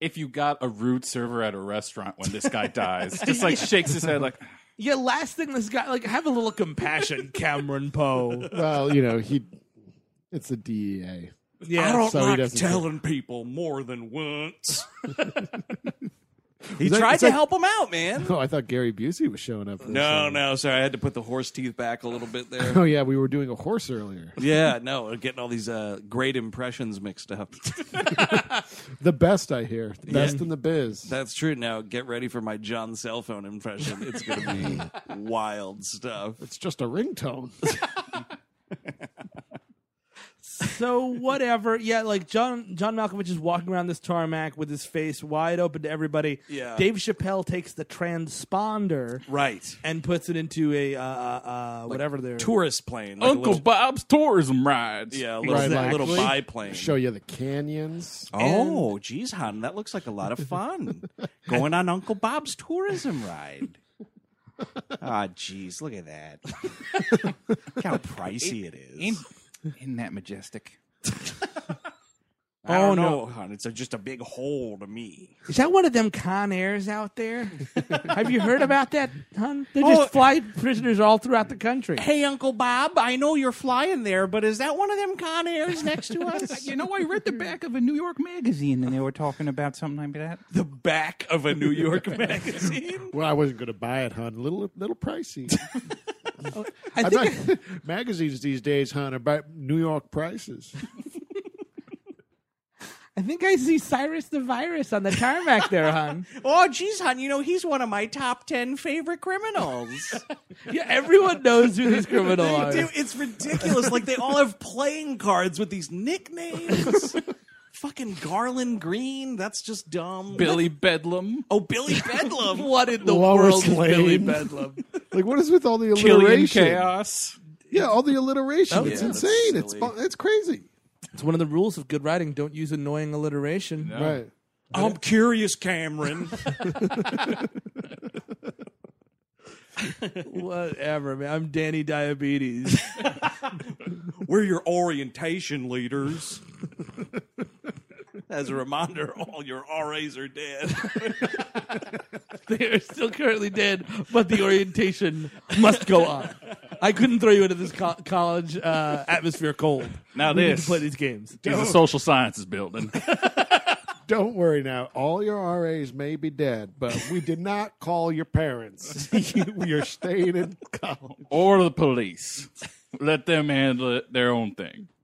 if you got a rude server at a restaurant when this guy dies, just like shakes his head like yeah. Last thing, this guy like have a little compassion, Cameron Poe. well, you know he. It's the E DEA. Yeah. I don't So he like doesn't- telling people more than once. he It's like- tried it's to like- help him out, man. Oh, I thought Gary Busey was showing up. For this No, one. no, sorry. I had to put the horse teeth back a little bit there. Oh yeah, we were doing a horse earlier. Yeah, no, getting all these uh, great impressions mixed up. The best I hear. The best Yeah. in the biz. That's true. Now get ready for my John cell phone impression. It's going to be wild stuff. It's just a ringtone. so whatever. Yeah, like John John Malkovich is walking around this tarmac with his face wide open to everybody. Yeah. Dave Chappelle takes the transponder right and puts it into a uh, uh, uh, whatever their tourist plane. Uncle Bob's tourism rides. Yeah, a little- Right, a little exactly. biplane. Show you the canyons. Oh, geez, hon, that looks like a lot of fun. Going on Uncle Bob's tourism ride. Ah, geez, look at that. look how pricey it is. Isn't that majestic? I don't Oh, know, no. hon. It's a, just a big hole to me. Is that one of them Con Airs out there? Have you heard about that, hun? They Oh. just fly prisoners all throughout the country. Hey, Uncle Bob, I know you're flying there, but is that one of them Con Airs next to us? You know, I read the back of a New York magazine and they were talking about something like that. the back of a New York magazine. Well, I wasn't going to buy it, hon. Little little pricey. I I'm think not- magazines these days, hon, are about New York prices. I think I see Cyrus the Virus on the tarmac there, hon. Oh, geez, hon, you know, he's one of my top 10 favorite criminals. Yeah, everyone knows who these criminals are. Dude, it's ridiculous. Like, they all have playing cards with these nicknames. Fucking Garland Green. That's just dumb. Billy Bedlam. Oh, Billy Bedlam. What in the Lois world is Billy Lane. Bedlam? Like, what is with all the Killian alliteration? Chaos. Yeah, all the alliteration. Oh, it's yeah, that's insane. It's silly. bu- it's crazy. It's one of the rules of good writing. Don't use annoying alliteration. Right. I'm curious, Cameron. Whatever, man. I'm Danny Diabetes. We're your orientation leaders. As a reminder, all your RAs are dead. they are still currently dead, but the orientation must go on. I couldn't throw you into this co- college uh, atmosphere cold. Now We need to this. play these games. He's a social sciences building. Don't worry now. All your RAs may be dead, but we did not call your parents. You're staying in college. or the police. Let them handle it, their own thing.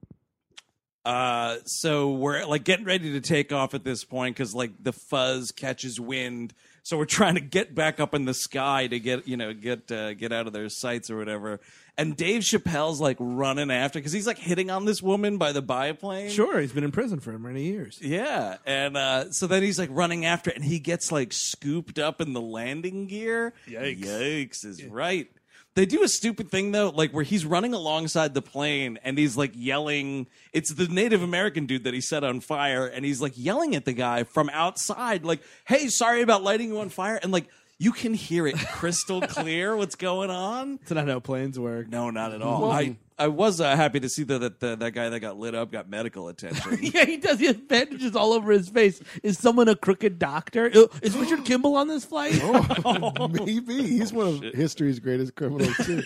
Uh, so we're like getting ready to take off at this point because like the fuzz catches wind. So we're trying to get back up in the sky to get you know get uh, get out of their sights or whatever. And Dave Chappelle's like running after because he's like hitting on this woman by the biplane. Sure, he's been in prison for many years. Yeah, and uh, so then he's like running after it, and he gets like scooped up in the landing gear. Yikes! Yikes is right. They do a stupid thing though, like where he's running alongside the plane and he's like yelling. It's the Native American dude that he set on fire, and he's like yelling at the guy from outside, like, "Hey, sorry about lighting you on fire," and like you can hear it crystal clear what's going on. That's not how planes work. No, not at all. I I was uh, happy to see though that the, that guy that got lit up got medical attention. Yeah, he does. He has bandages all over his face. Is someone a crooked doctor? Oh, Is Richard Kimball on this flight? Maybe he's one of history's greatest criminals too.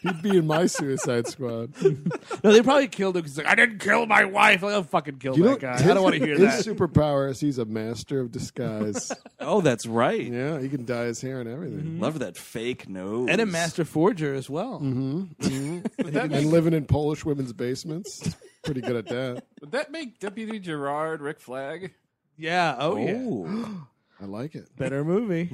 He'd be in my Suicide Squad. Oh No, they probably killed him. 'cause He's like, I didn't kill my wife. Like, I'll fucking kill that guy. I don't want to hear his that. His superpower is he's a master of disguise. oh, that's right. yeah, he can dye his hair and everything. Love that fake nose. and a master forger as well. And living in Polish women's basements, pretty good at that. Would that make Deputy Gerard Rick Flag? Yeah. Oh, yeah. Oh. I like it. Better movie.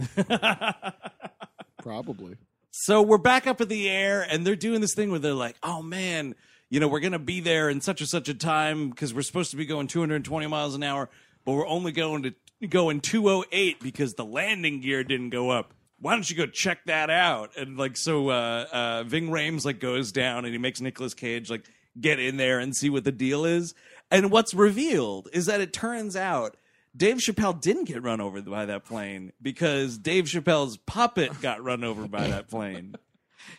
Probably. So we're back up in the air, and they're doing this thing where they're like, "Oh man, you know, we're gonna be there in such and such a time because we're supposed to be going 220 miles an hour, but we're only going to going 208 because the landing gear didn't go up. Why don't you go check that out?" And like, so uh, uh, Ving Rhames like goes down and he makes Nicolas Cage like get in there and see what the deal is. And what's revealed is that it turns out Dave Chappelle didn't get run over by that plane because Dave Chappelle's puppet got run over by that plane.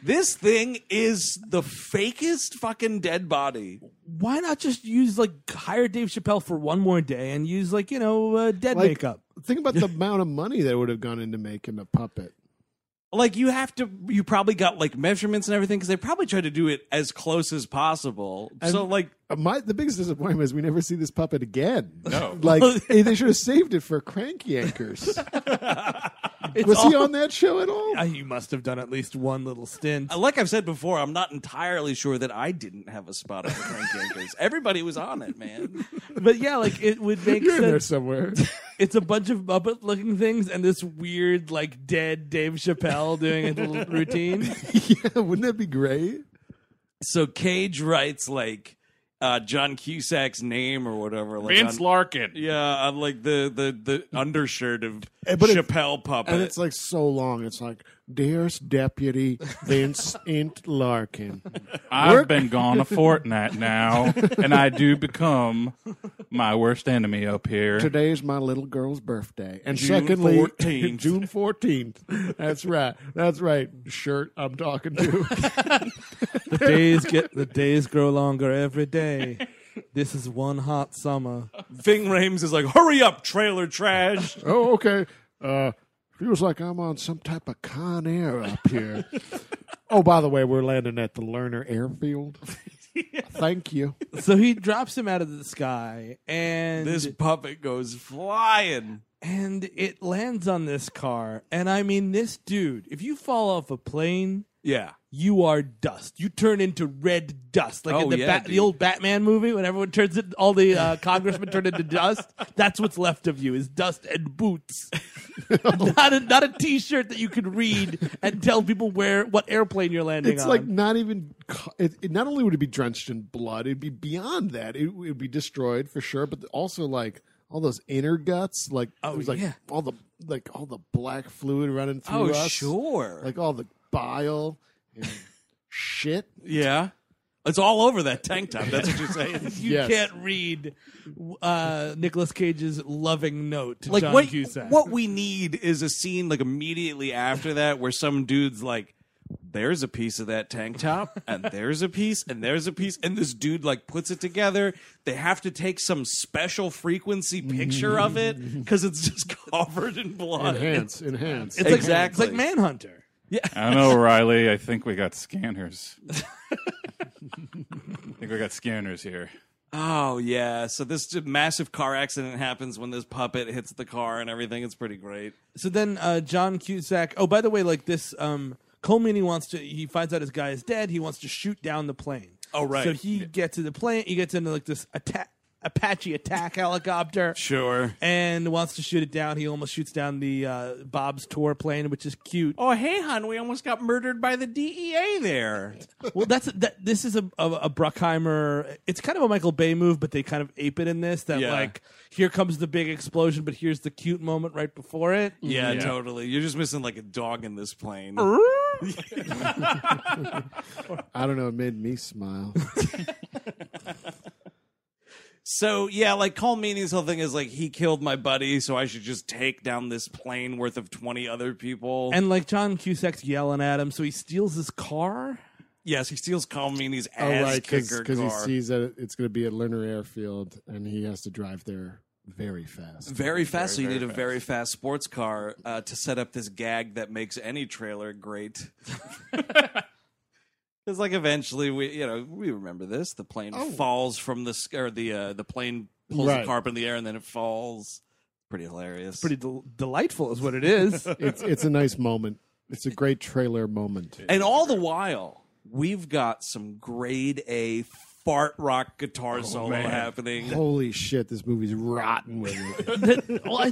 This thing is the fakest fucking dead body. Why not just use like hire Dave Chappelle for one more day and use like you know uh, dead Like, makeup? Think about the amount of money that would have gone into making a puppet. Like you have to, you probably got like measurements and everything because they probably tried to do it as close as possible. so And like, Uh, my the biggest disappointment is we never see this puppet again. No. like hey, they should have saved it for crank yankers. Was he on that show at all? Uh, you must have done at least one little stint. like I've said before, I'm not entirely sure that I didn't have a spot on Crank Yankers. Everybody was on it, man. But yeah, like it would make You're in sense. there somewhere. It's a bunch of Muppet looking things and this weird, like dead Dave Chappelle doing a little routine. yeah, wouldn't that be great? So Cage writes like uh, John Cusack's name or whatever. Like Vince on- Larkin. Yeah, on like the the the undershirt of Eh, but it's- Chappelle puppet. And it's like so long. It's like, dearest deputy Vince Int Larkin. I've Work- been gone a fortnight now, and I do become my worst enemy up here. Today is my little girl's birthday. And June secondly, 14th. June 14th. That's right. That's right. Shirt I'm talking to. The days get the days grow longer every day. This is one hot summer. Ving Rames is like, hurry up, trailer trash. oh, okay. Uh, feels like I'm on some type of con air up here. oh, by the way, we're landing at the Lerner Airfield. Thank you. So he drops him out of the sky and this puppet goes flying. and it lands on this car. And I mean this dude, if you fall off a plane, Yeah. you are dust. You turn into red dust, like Oh, in the, yeah, Bat- the dude. old Batman movie when everyone turns it, all the uh, congressmen turn into dust. That's what's left of you is dust and boots, not a not a T-shirt that you could read and tell people where what airplane you're landing It's on. like not even. co- It, it not only would it be drenched in blood, it'd be beyond that. It would be destroyed for sure, but also like all those inner guts, like it was like yeah. all the like all the black fluid running Oh through us, sure. like all the bile and shit. yeah. It's all over that tank top. That's what you're saying. you Yes. can't read uh, Nicolas Cage's loving note to like John what Cusack. what we need is a scene like immediately after that where some dude's like there's a piece of that tank top and there's a piece and there's a piece and this dude like puts it together they have to take some special frequency picture of it because it's just covered in blood Enhance, enhance. it's like, exactly. It's like Manhunter. I don't know, Riley. I think we got scanners. I think we got scanners here. oh yeah so this massive car accident happens when this puppet hits the car and everything it's pretty great So then uh, John Cusack. Oh, by the way, like this, um, Coleman. He wants to. He finds out his guy is dead. He wants to shoot down the plane. Oh, right. So he gets to the plane. He gets into like this attack. Apache attack helicopter. sure And wants to shoot it down. He almost shoots down the uh, Bob's tour plane, which is cute. oh hey hon we almost got murdered by the dea there Well, that's that. This is a, a a Bruckheimer. It's kind of a Michael Bay move, but they kind of ape it in this. That Yeah. like, here comes the big explosion, but here's the cute moment right before it. Yeah, totally. You're just missing like a dog in this plane. I don't know. It made me smile. So yeah, like Cole Meaning's whole thing is like he killed my buddy, so I should just take down this plane worth of twenty other people. And like John Cusack's yelling at him, so he steals his car. yes, he steals Cole Meaning's oh, ass right, kicker because he car. sees that it's going to be at Lerner Airfield, and he has to drive there very fast. very fast, so you need a very fast sports car uh, to set up this gag that makes any trailer great. Because like eventually we, you know, we remember this. The plane falls from the sky, or the uh, the plane pulls the Oh. Right. car up in the air and then it falls. Pretty hilarious. Pretty del- delightful is what it is. It's it's a nice moment. It's a great trailer moment. And all the while, we've got some grade A fart rock Oh, guitar solo man. happening. Holy shit, this movie's rotten with it. well, I,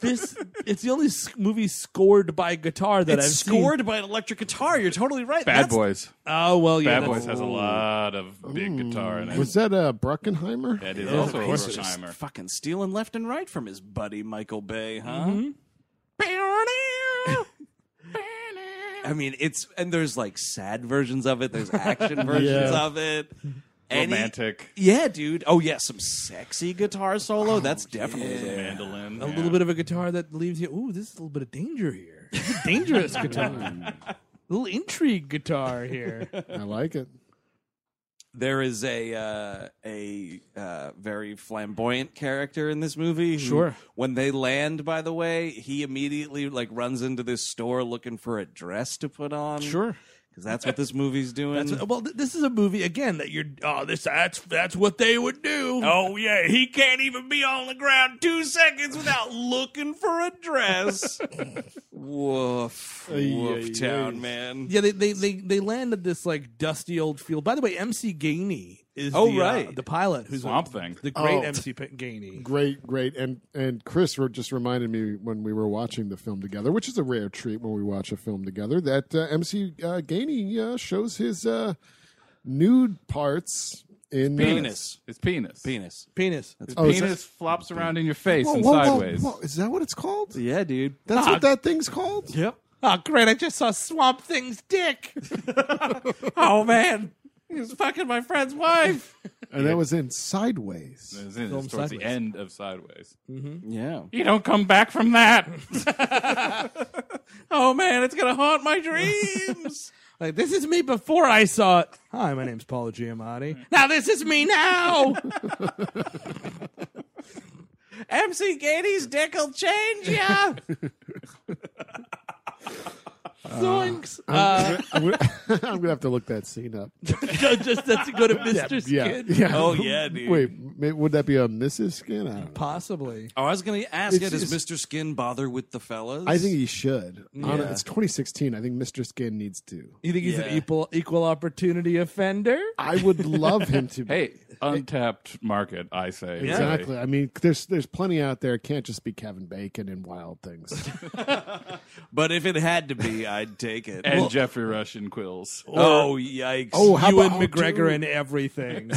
this it's the only s- movie scored by guitar that it's I've scored by an electric guitar. You're totally right. Bad That's- Boys. Oh well, yeah. Bad that's- Boys has a lot of big guitar in it. Was that uh, Bruckenheimer? That is Yeah, also a of course it is. timer. Fucking stealing left and right from his buddy Michael Bay, huh? Mm-hmm. Mhm. I mean, it's and there's like sad versions of it. There's action versions Yeah. of it. Romantic. yeah, dude. Oh yeah, some sexy guitar solo. That's definitely there. Mandolin. a little bit of a guitar that leaves you. Ooh, this is a little bit of danger here. This is a dangerous guitar. little intrigue guitar here. I like it. There is a uh, a uh, very flamboyant character in this movie. who, Sure. When they land, by the way, he immediately like runs into this store looking for a dress to put on. Sure. Because that's what this movie's doing. That's, well, th- this is a movie again that you're. Oh, this that's that's what they would do. Oh yeah, he can't even be on the ground two seconds without looking for a dress. Woof, Ay, woof ay, town, ay. man. Yeah, they, they they they landed this like dusty old field. By the way, MC Gainey is Oh, the, uh, right. the pilot who's Swamp the- Thing. the great Oh. MC P- Gainey. Great, great, and and Chris re- just reminded me when we were watching the film together, which is a rare treat when we watch a film together. That uh, MC uh, Gainey uh, shows his uh, nude parts in uh, Penis. It's penis. Penis. Penis. His Oh, is penis flops around in your face Whoa, and whoa, whoa, sideways. whoa. Is that what it's called? Yeah, dude. That's Ah. what that thing's called. Yep. Oh, great! I just saw Swamp Thing's dick. Oh man, he was fucking my friend's wife. And that was in Sideways. It's in- it's Film towards the sideways. end of Sideways. Yeah. You don't come back from that. Oh man, it's gonna haunt my dreams. Like this is me before I saw it. Hi, my name's Paul Giamatti. Now this is me now. MC Gainey's dick'll change ya. Zoinks. Uh, I'm, gonna, I'm gonna have to look that scene up. just that's to go to Mistress Yeah, Kid. yeah. Oh, yeah, dude. Wait, ma- would that be a Mrs. Skin? I, don't know. Possibly. Oh, I was gonna ask It's it. Does just- Mr. Skin bother with the fellas? I think he should. Hon- Yeah. It's 2016. I think Mr. Skin needs to. You think he's Yeah. an equal equal opportunity offender? I would love him to. be. hey, untapped market, I say. really. Exactly. I mean, there's there's plenty out there. It can't just be Kevin Bacon and Wild Things. But if it had to be, I'd take it. And Jeffrey Rush and Quills. oh yikes! Oh, how you and about McGregor and everything.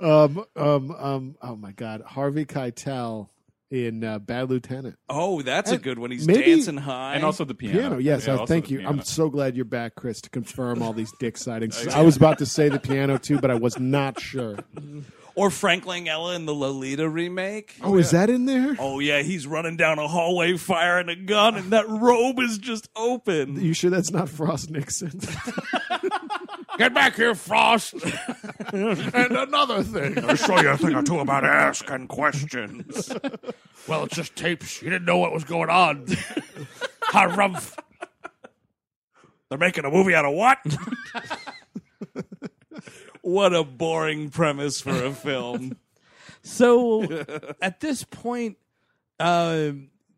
um, um, um, oh my God, Harvey Keitel in uh, Bad Lieutenant. oh, that's a good one. He's maybe- dancing high. And also the piano. Piano, yes. Yeah, I- also thank the you. piano. I'm so glad you're back, Chris, to confirm all these dick sightings. I was about to say the piano too, but I was not sure. or Frank Langella in the Lolita remake. Oh, is that in there? Oh yeah, he's running down a hallway firing a gun, and that robe is just open. You sure that's not Frost Nixon? Get back here, Frost. and another thing. I'll show you a thing or two about asking questions. well, it's just tapes. You didn't know what was going on. Ha rumph. They're making a movie out of what? What a boring premise for a film. so at this point, uh,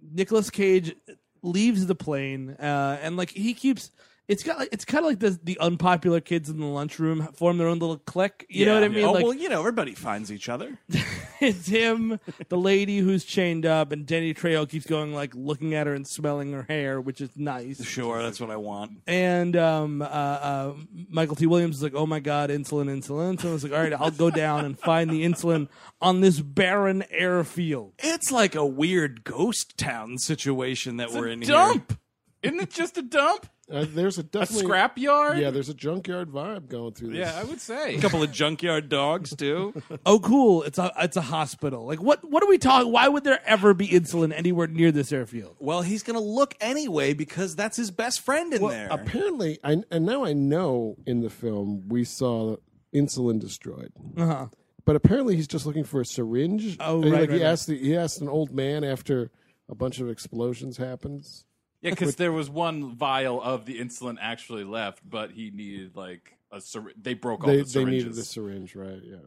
Nicholas Cage leaves the plane, uh, and like he keeps. It's got like, it's kind of like the the unpopular kids in the lunchroom form their own little clique. You know what I mean? Oh like well, you know everybody finds each other. it's him, the lady who's chained up, and Danny Trejo keeps going like looking at her and smelling her hair, which is nice. Sure, that's what I want. and um, uh, uh, Michael T. Williams is like, "Oh my God, insulin, insulin!" So I was like, "All right, I'll go down and find the insulin on this barren airfield." It's like a weird ghost town situation that we're in dump. Isn't it just a dump? Uh, there's a A definitely scrapyard? Yeah, there's a junkyard vibe going through this. Yeah, I would say. here. A couple of junkyard dogs too. Oh, cool! It's a it's a hospital. Like, what what are we talking? Why would there ever be insulin anywhere near this airfield? well, he's gonna look anyway because that's his best friend in there. Apparently, I, and now I know in the film we saw insulin destroyed. Uh-huh. But apparently, he's just looking for a syringe. Oh, And he, right, like, right, he right. asked the, he asked an old man after a bunch of explosions happens. Yeah, because there was one vial of the insulin actually left, but he needed like a syringe. They broke all They the they syringes. needed the syringe, right? Yeah.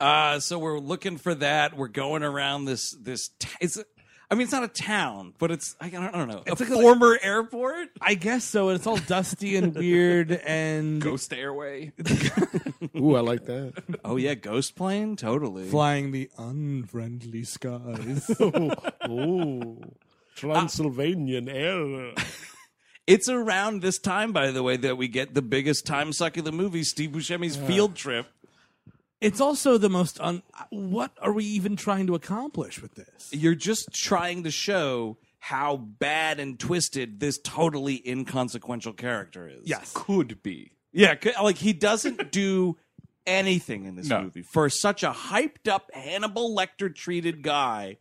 Uh, so we're looking for that. We're going around this this. T- it's, I mean, it's not a town, but it's I don't, I don't know. It's a like a- former airport. I guess so. And it's all dusty and weird and Ghost Airway. Ooh, I like that. Oh yeah, ghost plane, totally flying the unfriendly skies. oh, Transylvanian air. It's around this time, by the way, that we get the biggest time suck of the movie, Steve Buscemi's field trip. It's also the most un. What are we even trying to accomplish with this? You're just trying to show how bad and twisted this totally inconsequential character is. Yes. Could be. Yeah, c- like he doesn't do anything in this No. movie. For such a hyped up Hannibal Lecter treated guy,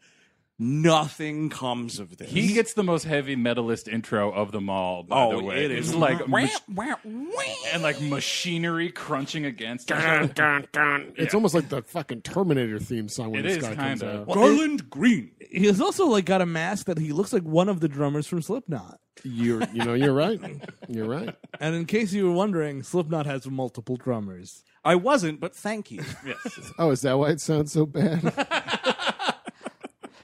nothing comes of this. He gets the most heavy metalist intro of them all, by Oh, the way. it is. It's like mach- and like machinery crunching against each other. It's almost like the fucking Terminator theme song when It this is guy comes kinda. out. Well, Garland Green. He has also like got a mask that he looks like one of the drummers from Slipknot. You're, you know, you're right. You're right. And in case you were wondering, Slipknot has multiple drummers. I wasn't, but thank you. Oh, is that why it sounds so bad?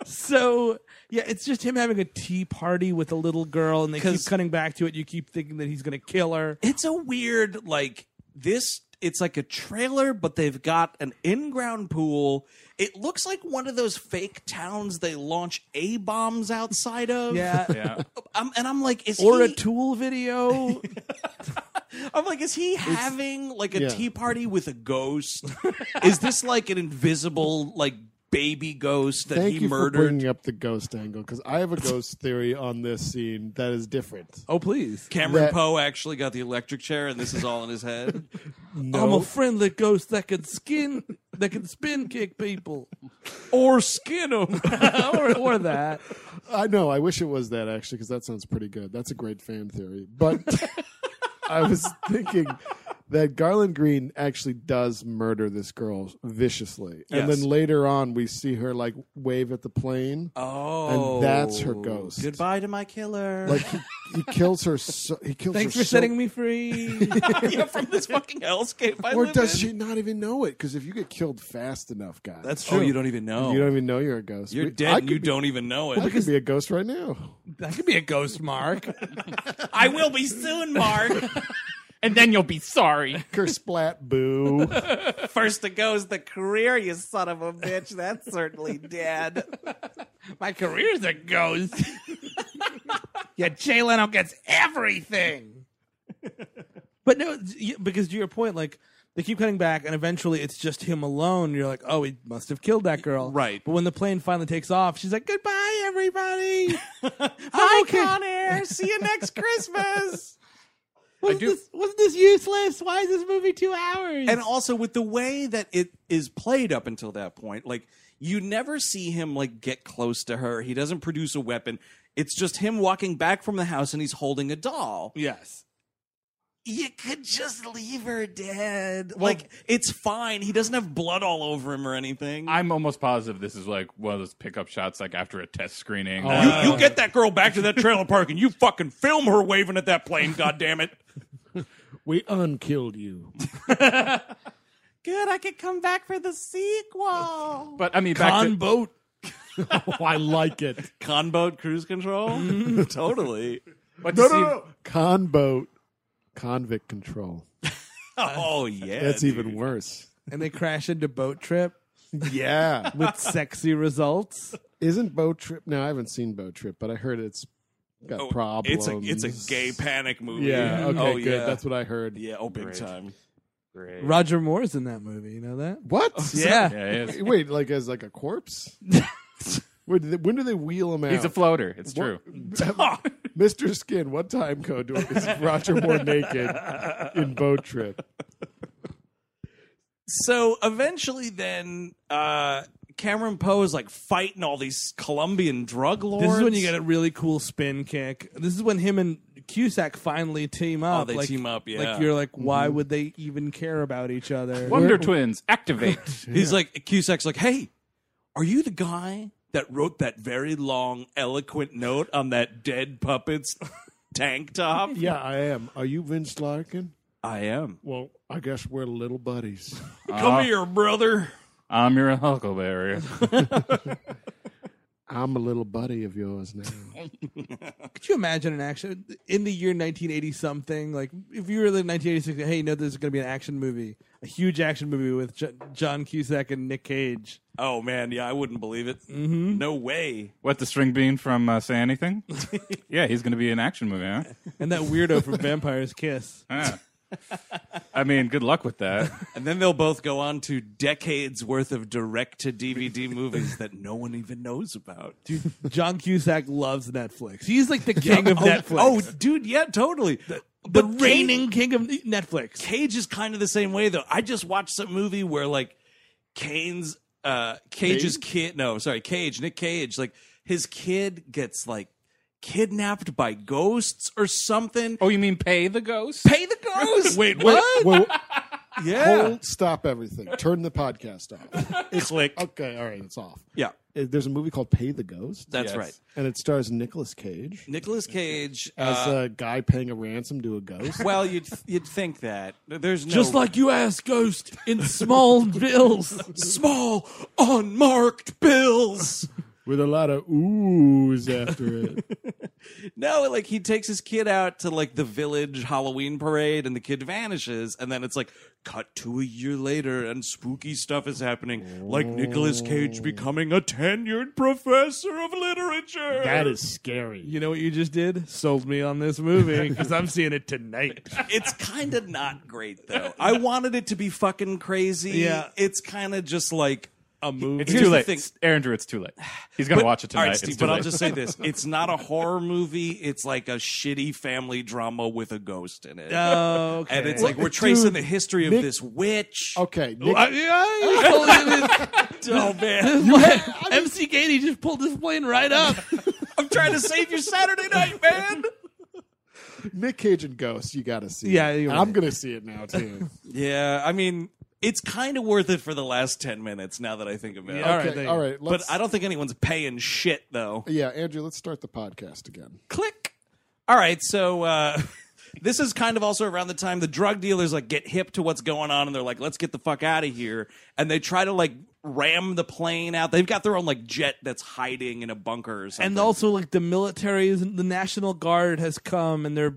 So yeah, it's just him having a tea party with a little girl, and they keep 'Cause- cutting back to it. You keep thinking that he's gonna kill her. It's a weird like this. It's like a trailer, but they've got an in-ground pool. It looks like one of those fake towns they launch a bombs outside of. Yeah. Yeah. I'm, and I'm like, is Or a he? tool video. I'm like, is he having like a yeah. tea party with a ghost? is this like an invisible like baby ghost that Thank he you for murdered? bringing up the ghost angle because I have a ghost theory on this scene that is different. oh please. Cameron that- Poe actually got the electric chair, and this is all in his head. I'm a friendly ghost that can skin, that can spin kick people, or skin him. or, or that. I know. I wish it was that actually, because that sounds pretty good. That's a great fan theory. But I was thinking that Garland Green actually does murder this girl viciously, and Yes. then later on we see her like wave at the plane. Oh, And that's her ghost. Goodbye to my killer. Like he, he kills her. So, he kills Thanks her for so- setting me free. yeah, from this fucking hellscape. I Or live does in. she not even know it? Because if you get killed fast enough, guys, That's true. Oh, you don't even know. you don't even know you're a ghost. You're We- dead. I and could You be- don't even know I it. could be a ghost right now. that could be a ghost mark. I will be soon, Mark. And then you'll be sorry. Curse splat boo. First to go is the career, you son of a bitch. That's certainly dead. My career's a ghost. yeah, Jay Leno gets everything. but no, y- because to your point, like they keep cutting back, and eventually it's just him alone. You're like, oh, he must have killed that girl, Right. But when the plane finally takes off, she's like, goodbye, everybody. Hi, okay. Conair. See you next Christmas. Wasn't this, wasn't this useless? Why is this movie two hours? and also with the way that it is played up until that point like you never see him like get close to her he doesn't produce a weapon it's just him walking back from the house and he's holding a doll yes, you could just leave her dead like it's fine he doesn't have blood all over him or anything I'm almost positive this is like one of those pickup shots, like after a test screening. Uh, you, you get that girl back to that trailer park and you fucking film her waving at that plane god damn it We unkilled you. good i could come back for the sequel but I mean, back to- boat Oh, I like it. conboat cruise control totally but to No, see- no, no. Con boat, convict control. oh yeah That's dude. even worse. and they crash into boat trip Yeah. with sexy results. Isn't Boat Trip? No, I haven't seen Boat Trip, but I heard it's got Oh, problems. It's a it's a gay panic movie. Yeah. Okay. oh, good. Yeah. That's what I heard. yeah. Oh, big time. Roger Moore's in that movie. You know that? What? Oh, Yeah. Yeah, it is. Wait, like as like a corpse? Wait, did they- when do they wheel him out? He's a floater. It's true. Mr. Skin. What time code do is Roger Moore naked in Boat Trip? So eventually, then uh, Cameron Poe is like fighting all these Colombian drug lords. This is when you get a really cool spin kick. This is when him and Cusack finally team up. Oh, they team up, yeah. Like you're like, why would they even care about each other? Wonder Twins, activate. He's like Cusack's like, hey, are you the guy that wrote that very long, eloquent note on that dead puppet's tank top? Yeah, I am. Are you Vince Larkin? I am. Uh, Well, I guess we're little buddies. Come here, brother. I'm your huckleberry. I'm a little buddy of yours now. Could you imagine an action in the year 1980 something? Like if you were in 1986, hey, you know there's going to be an action movie, a huge action movie with J- John Cusack and Nick Cage. Oh man, yeah, I wouldn't believe it. Mhm. No way. What the string bean from uh, Say Anything? yeah, he's going to be in action movie. Huh? And that weirdo from Vampire's Kiss. Ah. I mean, good luck with that. And then they'll both go on to decades worth of direct to DVD movies that no one even knows about. Dude, John Cusack loves Netflix. He's like the king of oh, Netflix. Oh, dude, yeah, totally. The, the reigning king of Netflix. Cage is kind of the same way though. I just watched some movie where like Kane's uh Cage's kid no, sorry, Cage, Nick Cage, like his kid gets like kidnapped by ghosts or something. Oh, you mean pay the ghost? Pay the ghost. Wait, Wait, wait, Yeah. Hold, stop everything. Turn the podcast off. Click. Okay, all right, it's off. Yeah. Uh, There's a movie called Pay the Ghost. That's right. And it stars Nicolas Cage Nicolas Cage as uh, a guy paying a ransom to a ghost. well, you'd you'd think that there's no Just like you asked Ghost in small bills. small unmarked bills. With a lot of oohs after it. No, like he takes his kid out to like the village Halloween parade and the kid vanishes and then it's like cut to a year later and spooky stuff is happening like Nicolas Cage becoming a tenured professor of literature. that is scary. You know what you just did? Sold me on this movie because I'm seeing it tonight. It's kind of not great though. I wanted it to be fucking crazy. Yeah. It's kind of just like a movie. It's too late. Andrew, it's too late. He's going to watch it tonight. All right, It's Steve, too but I'll late. just say this: it's not a horror movie. It's like a shitty family drama with a ghost in it. Oh, okay. and it's like we're tracing the history of this witch. Okay, Nick, Oh man, MC Gainey just pulled this plane right up. I'm trying to save your Saturday night, man. Nick Cage and Ghost, you got to see Yeah, it. you're I'm right. going to see it now, too. Yeah, I mean, it's kind of worth it for the last ten minutes. Now that I think about it, Yeah, all right. okay, there you all go. right. but Let's, I don't think anyone's paying shit though. Yeah, Andrew, let's start the podcast again. Click. All right, so. uh This is kind of also around the time the drug dealers like get hip to what's going on and they're like, let's get the fuck out of here. And they try to like ram the plane out. They've got their own like jet that's hiding in a bunker or something. and also, like the military, is the National Guard has come, and they're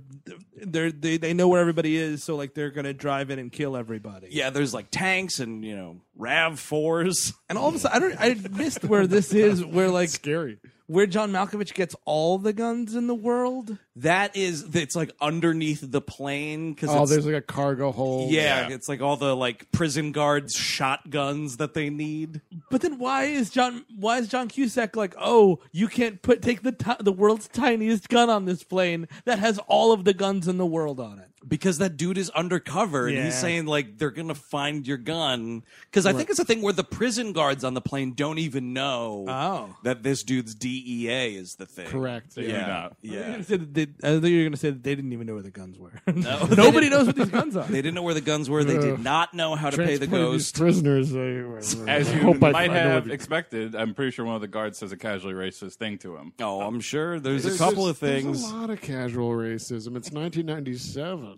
they're they, they know where everybody is, so like they're gonna drive in and kill everybody. yeah, there's like tanks and you know, RAV fours. And all of a sudden, I don't I missed where this is, where like scary, where John Malkovich gets all the guns in the world. That is, it's like underneath the plane because Oh, it's there's like a cargo hold. yeah, it's like all the like prison guards shotguns that they need. But then why is John why is John Cusack like, "Oh, you can't put take the ti the world's tiniest gun on this plane that has all of the guns in the world on it." Because that dude is undercover and Yeah. he's saying like they're gonna find your gun. Because I think it's a thing where the prison guards on the plane don't even know Oh. that this dude's DEA is the thing. Correct. Yeah. Yeah. I was gonna say that they- I think you're going to say that they didn't even know where the guns were. No. Nobody knows what these guns are. They didn't know where the guns were. They did not know how to pay the Transporting these ghost. prisoners. As you hope I might find a have living. expected, I'm pretty sure one of the guards says a casually racist thing to him. Oh, I'm sure there's, a couple of There's things. a lot of casual racism. It's 1997.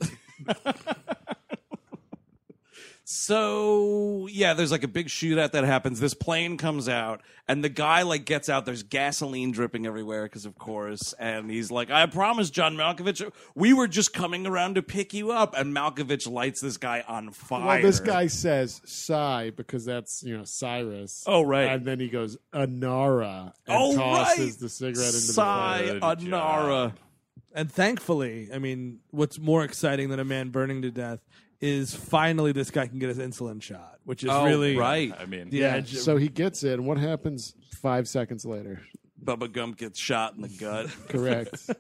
So yeah, there's like a big shootout that happens. This plane comes out, and the guy like gets out. There's gasoline dripping everywhere because of course, and he's like, "I promise, John Malkovich, we were just coming around to pick you up." And Malkovich lights this guy on fire. well, this guy says "sigh" because that's you know Cyrus. Oh, right. And then he goes "Anara" and Oh, tosses right. the cigarette into the Sigh, fire. Anara. And thankfully, I mean, what's more exciting than a man burning to death is finally this guy can get his insulin shot, which is Oh, really right. I mean, Yeah, j- So he gets it, and what happens five seconds later? Bubba Gump gets shot in the gut. Correct.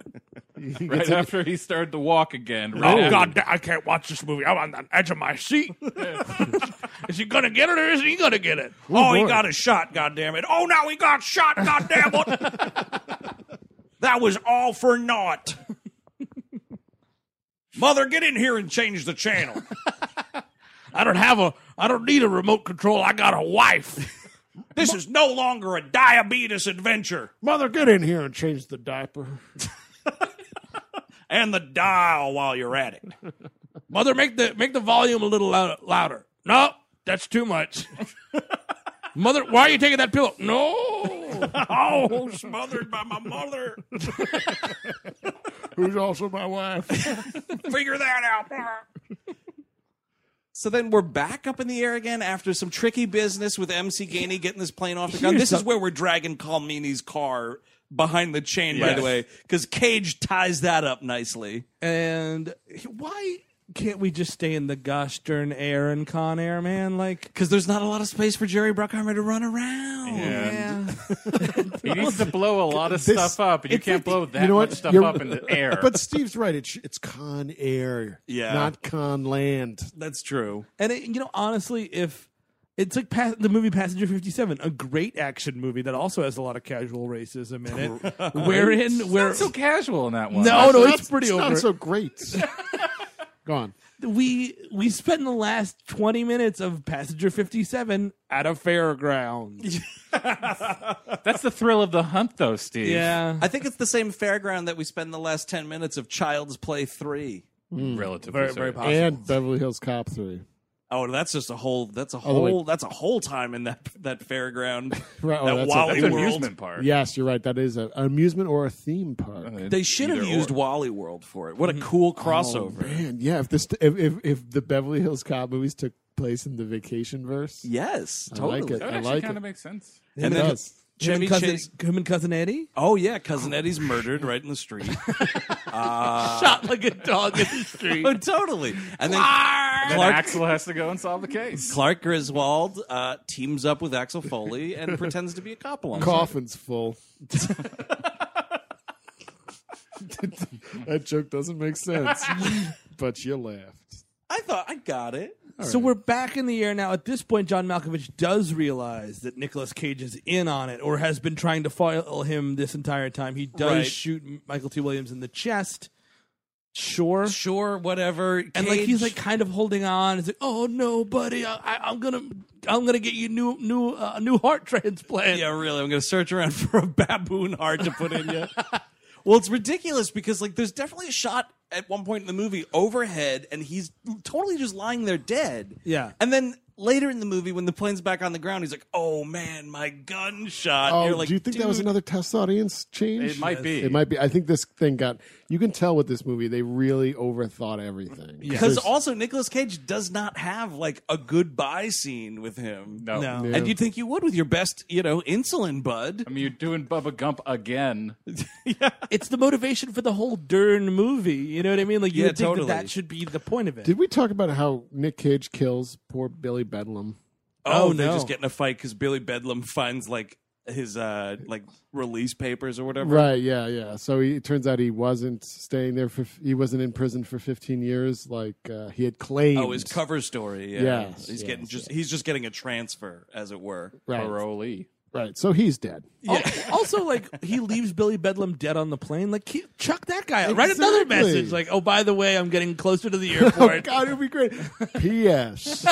He gets right a- after he started to walk again. Oh, Right Oh. after- I can't watch this movie. I'm on the edge of my seat. is he gonna get it or is he gonna get it? oh, he got a shot. Goddamn it! Oh, now he got shot. Goddamn it! that was all for naught. Mother, get in here and change the channel. I don't have a. I don't need a remote control. I got a wife. This is no longer a diabetes adventure. Mother, get in here and change the diaper. And the dial while you're at it. Mother, make the make the volume a little lou- louder. No, that's too much. Mother, why are you taking that pillow? No. oh, smothered by my mother. Who's also my wife? Figure that out. So then we're back up in the air again after some tricky business with MC Gainey getting this plane off the ground. Here's This is some- where we're dragging Calmini's car behind the chain, by Yes. the way, because Cage ties that up nicely. And why can't we just stay in the gosh darn air and Con Air, man? Like, because there's not a lot of space for Jerry Bruckheimer to run around. He needs to blow a lot of This- stuff up, and you it's can't like the- blow that you know much what? stuff You're- up in the air. But Steve's right. It's it's con air, Yeah. not con land. That's true. And it, you know, honestly, if it's like pa- the movie Passenger 57, a great action movie that also has a lot of casual racism in it, wherein It's where not so casual in that one. No, no, it's That's- pretty it's over. not so great. Go on. we we spend the last 20 minutes of Passenger 57 at a fairground. That's the thrill of the hunt, though, Steve. Yeah. I think it's the same fairground that we spend the last 10 minutes of Child's Play 3. Hmm. Relatively Very- very certain. possible. And Beverly Hills Cop Three. Oh, that's just a whole. That's a Oh, wait. whole. that's a whole time in that that fairground. Right, oh, that that's a- Wally that's an World. amusement park. Yes, you're right. That is a, an amusement or a theme park. They should have used Wally World for it. What a cool crossover. Man, yeah. If this, if, if if the Beverly Hills Cop movies took place in the vacation verse, yes, I totally. like it. That would I actually like kind it. of makes sense. It And then- does. Him Chevy and cousin, Chase. him and cousin Eddie? Oh yeah, cousin Eddie's murdered right in the street. uh, Shot like a dog in the street. oh, totally. And then Then Clark, Axel has to go and solve the case. Clark Griswold uh, teams up with Axel Foley and pretends to be a cop along. Coffin's full. that joke doesn't make sense, but you laughed. I thought I got it. So we're back in the air now. At this point, John Malkovich does realize that Nicolas Cage is in on it or has been trying to foil him this entire time. He does Right. shoot Michael T. Williams in the chest. Sure. Sure, whatever. And like he's Cage. like kind of holding on. He's like, "Oh no, buddy, I, I, I'm gonna, I'm gonna get you new, new, uh, new heart transplant." Yeah, really. I'm going to search around for a baboon heart to put in you. well, it's ridiculous because like there's definitely a shot at one point in the movie overhead and he's totally just lying there dead. Yeah. And then later in the movie when the plane's back on the ground, he's like, "Oh man, my gunshot." Oh, You're like, do you think that was "Dude, another test audience change? It might be. It might be. I think this thing got. You can tell with this movie, they really overthought everything. because There's- also Nicolas Cage does not have like a goodbye scene with him. No. No. Yeah. And you'd think you would with your best, you know, insulin bud. I Um, mean, you're doing Bubba Gump again. It's the motivation for the whole Dern movie. You know what I mean? Like you Yeah, would think totally. that, that should be the point of it. Did we talk about how Nick Cage kills poor Billy Bedlam? Oh, Oh, they no. just get in a fight because Billy Bedlam finds like his uh like release papers or whatever. Right. Yeah. Yeah. So he, it turns out he wasn't staying there for. f- He wasn't in prison for 15 years, like uh, he had claimed. Oh, his cover story. Yeah, Yes, yes, he's getting just he's just getting a transfer, as it were. Right. Parolee. Right. So he's dead. Al- also, like he leaves Billy Bedlam dead on the plane. Like he, chuck that guy. out. Write another Exactly. message. Like, oh, by the way, I'm getting closer to the airport. Oh God, it'd be great. P.S.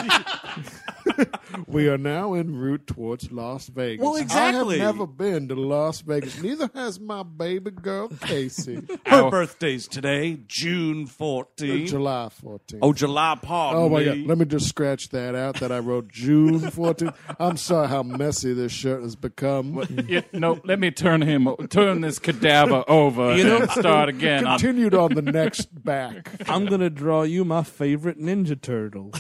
we are now en route towards Las Vegas. Well, exactly. I have never been to Las Vegas. Neither has my baby girl Casey. Her birthday's today, June fourteenth. July 14th. Oh, July, pardon Oh, my me. God! Let me just scratch that out. That I wrote June 14th. I'm sorry how messy this shirt has become. Yeah, no, let me turn him, turn this cadaver over and start again. Uh, on- Continued on the next back. I'm gonna draw you my favorite Ninja Turtle.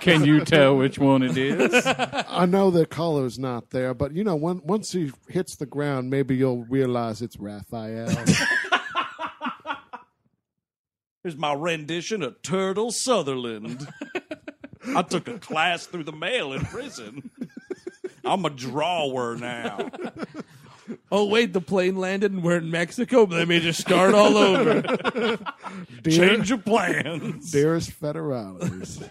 Can you tell which one it is? I know the color's not there, but you know, when, once he hits the ground, maybe you'll realize it's Raphael. Here's my rendition of Turtle Sutherland. I took a class through the mail in prison. I'm a drawer now. oh wait, the plane landed and we're in Mexico. But let me just start all over. Dear, Change of plans. dearest federales,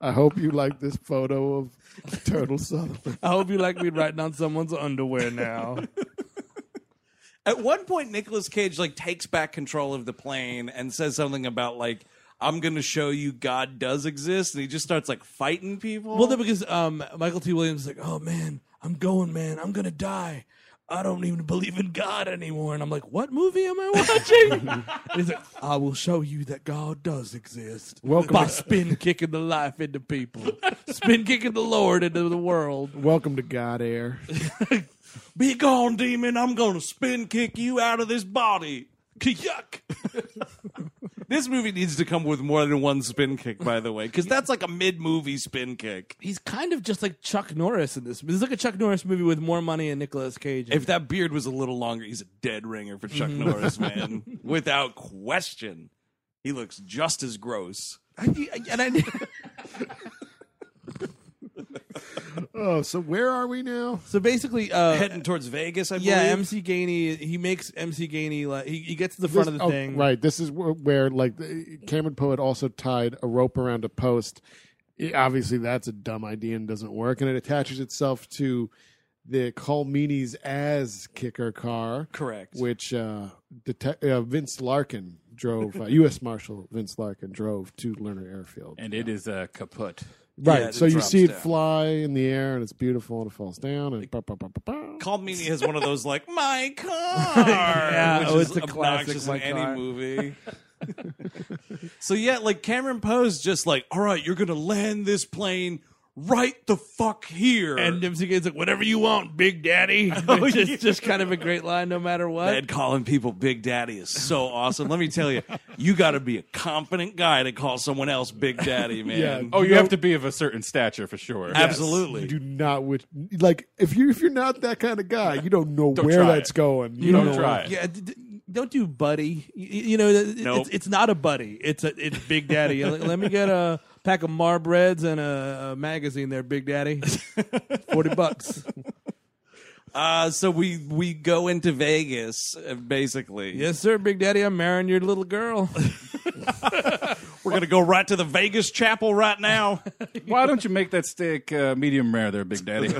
I hope you like this photo of Turtle Sutherland. I hope you like me writing on someone's underwear now. At one point, Nicolas Cage like takes back control of the plane and says something about like, "I'm going to show you God does exist," and he just starts like fighting people. Well, no, because um, Michael T. Williams is like, oh man, I'm going, man, I'm gonna die. I don't even believe in God anymore. And I'm like, what movie am I watching? and he's like, I will show you that God does exist. Welcome by to- spin kicking the life into people, spin kicking the Lord into the world. Welcome to God Air. Be gone, demon. I'm going to spin kick you out of this body. Yuck. This movie needs to come with more than one spin kick, by the way, because that's like a mid movie spin kick. He's kind of just like Chuck Norris in this. This is like a Chuck Norris movie with more money and Nicolas Cage. in it. If that beard was a little longer, he's a dead ringer for Chuck Mhm. Norris, man. Without question. He looks just as gross. and I, Oh, so where are we now? So basically, uh, Heading towards Vegas, I yeah, believe. MC Gainey, he makes MC Gainey, like, he, he gets to the front This- of the oh, thing. Right. This is wh- where like the- Cameron Poet also tied a rope around a post. I- obviously, that's a dumb idea and doesn't work, and it attaches itself to the Colmeeni's as kicker car. Correct. Which uh, detec- uh, Vince Larkin drove, uh, U.S. Marshal Vince Larkin drove to Lerner Airfield. and it is a kaput. Right. Yeah, so it you drops see it down. fly in the air and it's beautiful and it falls down and bah, bah, bah, bah, bah. Called Meanie has one of those like my car, yeah, which oh, is it's a classic, obnoxious "My in any car." movie. so yeah, like Cameron Poe's just like, all right, you're gonna land this plane right the fuck here, And MC Gainey's like, whatever you want, Big Daddy. It's just, just kind of a great line, no matter what. Man, calling people Big Daddy is so awesome. Let me tell you, you got to be a confident guy to call someone else Big Daddy, man. Yeah. Oh, you have to be of a certain stature for sure. Absolutely. You do not which like if you if you're not that kind of guy, you don't know Don't where try that's it. going. You don't try. it. Yeah, d- d- don't do buddy. You, you know, th- Nope. it's, it's not a buddy. It's a it's Big Daddy. Let let me get a pack of Marbreds and a, a magazine there, Big Daddy. Forty bucks. Uh, so we we go into Vegas uh, basically. yes, sir, Big Daddy. I'm marrying your little girl. We're gonna go right to the Vegas Chapel right now. Why don't you make that steak uh, medium rare, there, Big Daddy?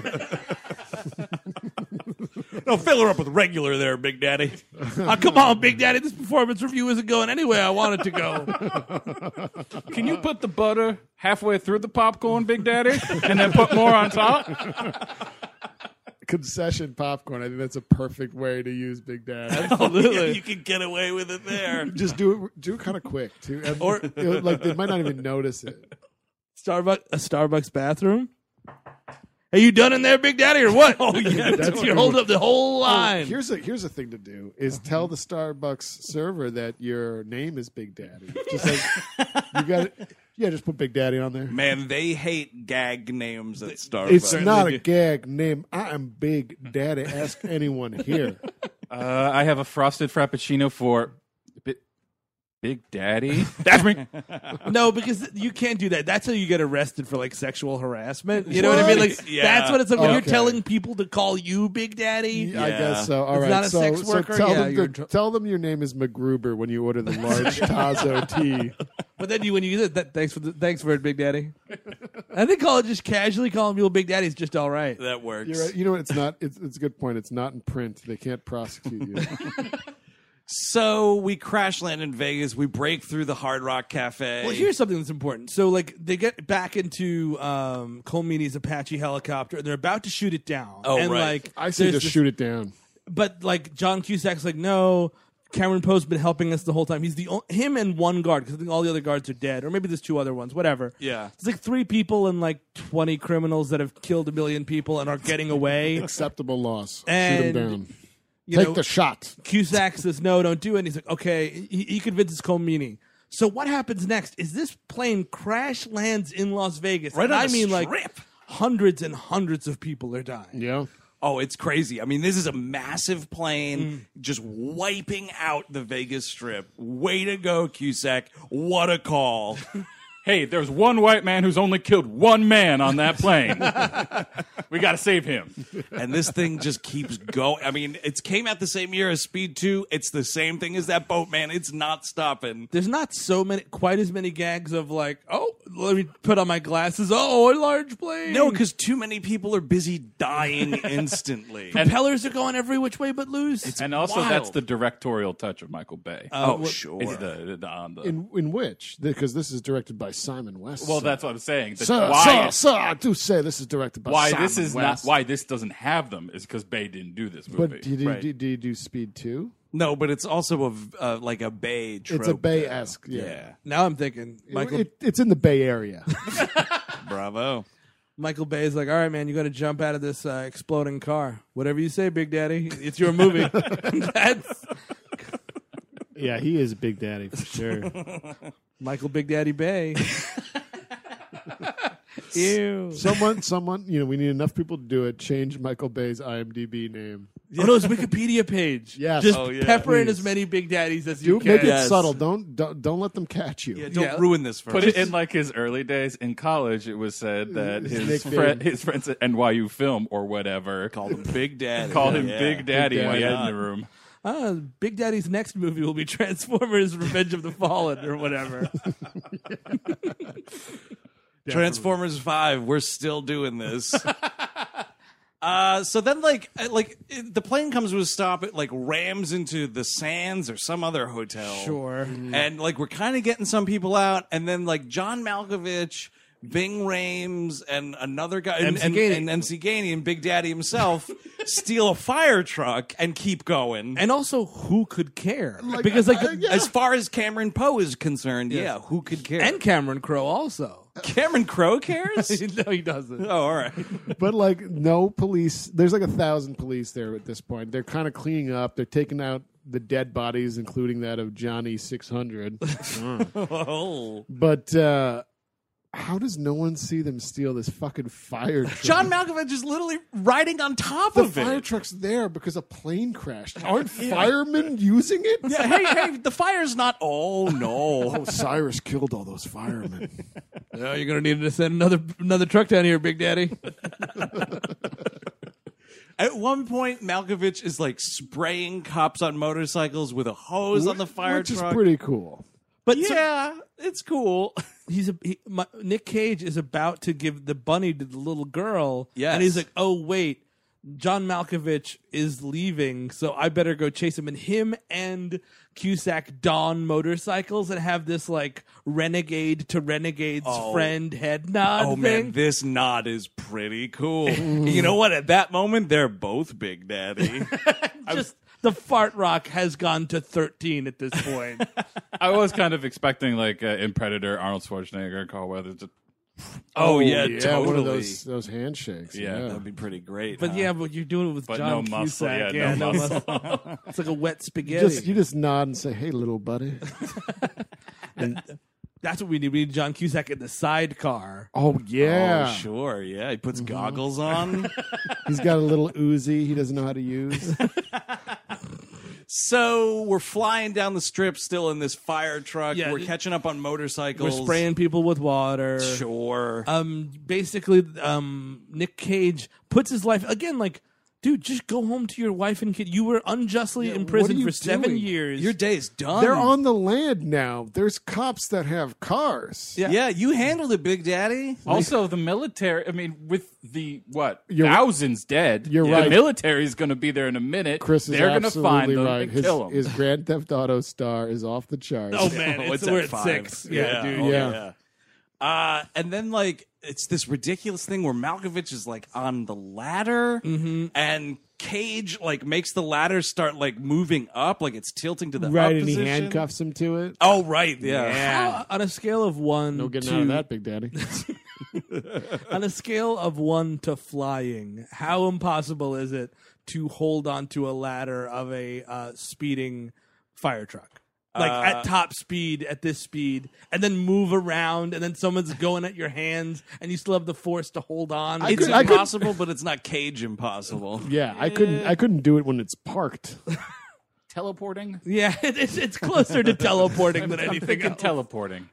no, fill her up with regular there, Big Daddy. oh, come on, Big Daddy. This performance review isn't going anywhere I want it to go. Can you put the butter halfway through the popcorn, Big Daddy, and then put more on top? Concession popcorn. I think that's a perfect way to use Big Dad. Absolutely, you can get away with it there. Just do it do it kind of quick too. And, or like they might not even notice it. Starbucks, a Starbucks bathroom. Are you done in there, Big Daddy, or what? Oh yeah, That's you what- hold up the whole line. Oh, Here's a here's a thing to do is Uh-huh. tell the Starbucks server that your name is Big Daddy. Just like you got it. Yeah, just put Big Daddy on there. Man, they hate gag names at Starbucks. It's not a gag name. I am Big Daddy. Ask anyone here. Uh, I have a frosted frappuccino for Bi- Big Daddy. That's me. No, because you can't do that. That's how you get arrested for like sexual harassment. You know what, I mean? Like Yeah. that's what it's like when you're Okay. telling people to call you Big Daddy. I guess so. All right. It's not a so, sex so worker? tell Yeah, them you're to- in trou- tell them your name is McGruber when you order the large Tazo tea. But then you when you get that, thanks for the, thanks for it, Big Daddy. I think call it just casually calling people Big Daddy is just all right. that works. You're right. You know what? It's not. It's, it's a good point. It's not in print. They can't prosecute you. So we crash land in Vegas. We break through the Hard Rock Cafe. Well, here's something that's important. So, like, they get back into um, Colmeany's Apache helicopter, and they're about to shoot it down. Oh, and, right. Like, I say there's just this- shoot it down. but like John Cusack's like, no, Cameron Poe's been helping us the whole time. He's the o- him and one guard because I think all the other guards are dead, or maybe there's two other ones, whatever. Yeah. it's like three people and like twenty criminals that have killed a million people and are getting away. Acceptable loss. And, shoot him down. you Take know, the shot. Cusack says no, don't do it. And he's like, okay, he, he convinces Colmini. So what happens next is this plane crash lands in Las Vegas. Right and on I the mean like strip. hundreds and hundreds of people are dying. Yeah. oh, it's crazy. I mean, this is a massive plane Mm. just wiping out the Vegas Strip. Way to go, Cusack. What a call. Hey, there's one white man who's only killed one man on that plane. we got to save him. and this thing just keeps going. I mean, it came out the same year as Speed 2. It's the same thing as that boat, man. It's not stopping. there's not so many quite as many gags of like oh let me put on my glasses. Oh, a large Mm. plane. No, because too many people are busy dying instantly. propellers are going every which way but loose. and also, that's the directorial touch of Michael Bay. Oh, Oh, wh- sure. It's the, the, on the- in in which because this is directed by Simon West. well, that's what I'm saying. The- Sir, why sir, it- sir, I do say this is directed by why Simon this is West. not why this doesn't have them is because Bay didn't do this movie. But did he, Right. did, did he do Speed Two? No, but it's also a v- uh, like a bay trope. It's a Bay-esque, yeah. Now I'm thinking, Michael. It- it's in the Bay Area. Bravo. Michael Bay is like, all right, man, you got to jump out of this uh, exploding car. Whatever you say, Big Daddy, it's your movie. That's Yeah, he is Big Daddy for sure. Michael Big Daddy Bay. Ew. Someone, someone, you know, we need enough people to do it. Change Michael Bay's IMDb name. Oh, no, his Wikipedia page. Yes. Just Oh, yeah. pepper in Please. as many Big Daddies as Do you can. make it subtle. Don't, don't don't let them catch you. Put it in like his early days in college. It was said that His his nickname. friend, his friends at NYU Film or whatever called him Big Daddy. called him Yeah. Big Big Daddy when he Daddy. had in the room. Ah, Big Daddy's next movie will be Transformers: Revenge of the Fallen or whatever. Transformers Five. We're still doing this. Uh, so then, like, uh, like it- the plane comes to a stop. It like rams into the Sands or some other hotel. Sure. Mhm. And like we're kind of getting some people out, and then like John Malkovich, Bing Rames, and another guy, and MC and, Gainey. and MC Gainey and Big Daddy himself steal a fire truck and keep going. And also, who could care? Like, because like I- yeah. as far as Cameron Poe is concerned, yeah, who could care? And Cameron Crowe also. Cameron Crowe cares? no, he doesn't. Oh, all right. but like no police there's like a thousand police there at this point they're kind of cleaning up they're taking out the dead bodies including that of johnny 600 oh. but uh how does no one see them steal this fucking fire truck John Malkovich is literally riding on top the of it. fire truck's there because a plane crashed aren't firemen using it Yeah, hey, hey, the fire's not. Oh no! oh, Cyrus killed all those firemen. No, you're gonna need to send another another truck down here, Big Daddy. At one point, Malkovich is like spraying cops on motorcycles with a hose on the fire which truck. is pretty cool. But yeah, it's cool. He's a he, my, Nick Cage is about to give the bunny to the little girl. Yes. and he's like, "Oh wait, John Malkovich is leaving, so I better go chase him." And him and Cusack don motorcycles and have this like renegade to renegade's Oh. friend head nod. oh thing. man, this nod is pretty cool. you know what? At that moment, they're both Big Daddy. just the fart rock has gone to thirteen at this point. I was kind of expecting like uh, in Predator, Arnold Schwarzenegger, Carl Weathers. Just, Oh, yeah, one totally. of those those handshakes. Yeah, Yeah, That'd be pretty great. But huh? yeah, but you're doing it with But John no muscle, Cusack. yeah, no muscle. it's like a wet spaghetti. just you just nod and say, "Hey, little buddy." That's what we need. We need John Cusack in the sidecar. Oh yeah, Oh, sure. Yeah, he puts Mm-hmm. goggles on. He's got a little Uzi he doesn't know how to use. so we're flying down the strip still in this fire truck. Yeah. we're catching up on We're motorcycles. spraying people with water. Sure. Um, basically, um, Nick Cage puts his life again. Like, dude, just go home to your wife and kid. You were unjustly what are imprisoned you for seven doing? years. Your day's done. They're on the land now. There's cops that have cars. Yeah. you handled it, Big Daddy. Also, the military. I mean, with the what You're- thousands dead, You're the right. military is going to be there in a minute. Chris is They're gonna absolutely find them right. and his, kill them. his Grand Theft Auto star is off the charts. Oh man, Oh, it's, it's we're at at five. six. Yeah, Yeah. dude. Oh, yeah. yeah. Uh, and then like it's this ridiculous thing where Malkovich is like on the ladder Mm-hmm. and Cage like makes the ladder start like moving up, like it's tilting to the up right, and he position. handcuffs him to it. Oh right, yeah. How- on a scale of one, No getting to, out of that, Big Daddy. on a scale of one to flying, how impossible is it to hold onto a ladder of a uh, speeding fire truck? Like Uh, at top speed, at this speed, and then move around, and then someone's going at your hands, and you still have the force to hold on. I It's could- I could- impossible, but it's not Cage impossible. Yeah, I couldn't. I couldn't do it when it's parked. teleporting. yeah, it's, it's closer to teleporting than I'm anything thinking else. teleporting.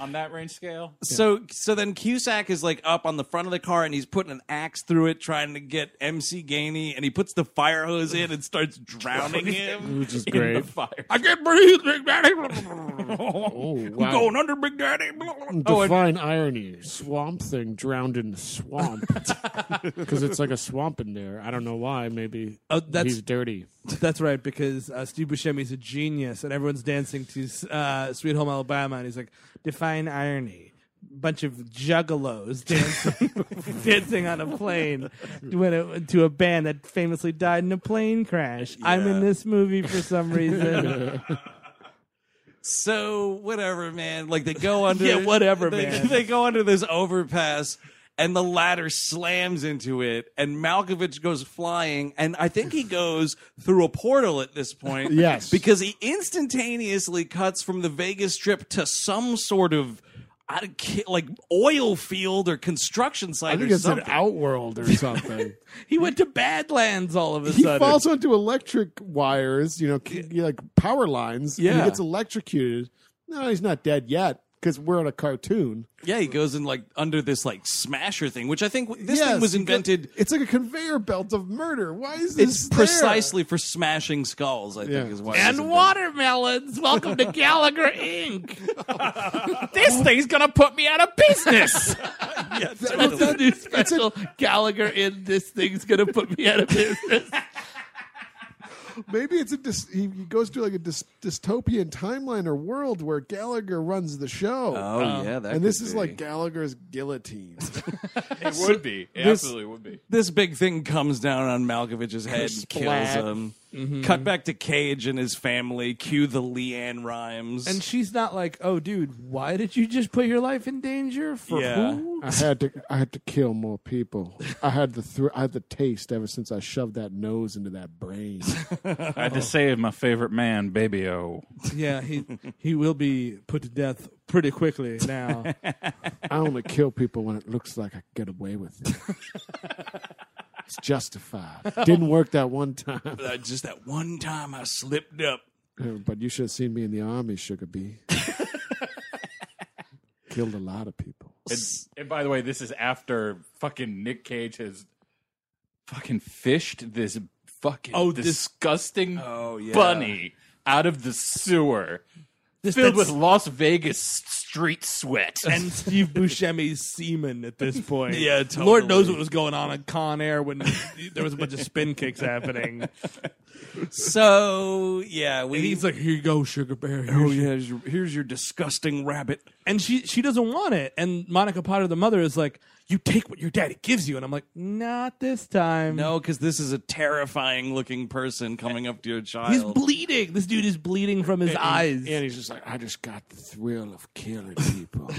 on that range scale. So so then Cusack is like up on the front of the car and he's putting an axe through it, trying to get MC Gainey, and he puts the fire hose in and starts drowning him, Which is in great. The fire. I can't breathe, Big Daddy. I'm going under, Big Daddy. Oh, and- Define Oh, irony. Swamp thing drowned in the swamp. Because it's like a swamp in there. I don't know why. Maybe Oh, that's- he's dirty. That's right, because uh, Steve Buscemi's a genius, and everyone's dancing to uh, "Sweet Home Alabama," and he's like, "Define irony." Bunch of juggalos dancing, dancing on a plane when it, to a band that famously died in a plane crash. I'm in this movie for some reason. So whatever, man. Like they go under. Yeah, whatever, they, man. They go under this overpass, and the ladder slams into it, and Malkovich goes flying, and I think he goes through a portal at this point. Yes. because he instantaneously cuts from the Vegas Strip to some sort of. I don't ki- like oil field or construction site I think or it's an something. outworld or something. he went to Badlands all of a he sudden. falls onto electric wires, you know, c- like power lines. and Yeah. he gets electrocuted. No, he's not dead yet because we're on a cartoon. yeah, he goes in like under this like smasher thing, which I think this Yes, thing was he go- invented It's like a conveyor belt of murder. Why is this It's there? precisely for smashing skulls, I think, is why. it was and watermelons. Welcome to Gallagher Inc. this thing's gonna put me out of business. It's a new special Gallagher in this thing's gonna put me out of business. Maybe it's a dis- he he goes to like a dys- dystopian timeline or world where Gallagher runs the show. Oh, Um, yeah, that and this could is be. like Gallagher's guillotine. It would be. It This- absolutely would be. This big thing comes Mm-hmm. down on Malkovich's head and kills Splat. him. Mhm. Cut back to Cage and his family. Cue the Leanne rhymes. And she's not like, oh, dude, why did you just put your life in danger? For Yeah. who? I had to I had to kill more people. I had the thr I had the taste ever since I shoved that nose into that brain. I had to save my favorite man, Baby O. Yeah, he he will be put to death pretty quickly now. I only kill people when it looks like I can get away with it. it's justified. Didn't work that one time. Uh, just that one time I slipped up. But you should have seen me in the army, Sugar Bee. Killed a lot of people. And, and by the way, this is after fucking Nick Cage has fucking fished this fucking Oh, this- disgusting Oh, yeah. bunny out of the sewer, This- filled with that's- Las Vegas street sweat. and Steve Buscemi's semen at this point. Yeah, totally. Lord knows what was going on at Con Air when there was a bunch of spin kicks happening. So Oh, yeah, we. And he's like, "Here you go, Sugar Bear. Oh yeah, here's your, here's your disgusting rabbit." And she she doesn't want it. And Monica Potter, the mother, is like, "You take what your daddy gives you." And I'm like, "Not this time. No, because Oh, this is a terrifying looking person coming up to your child. He's bleeding. This dude is bleeding from his eyes." And he's just like, I just got the thrill of killing people.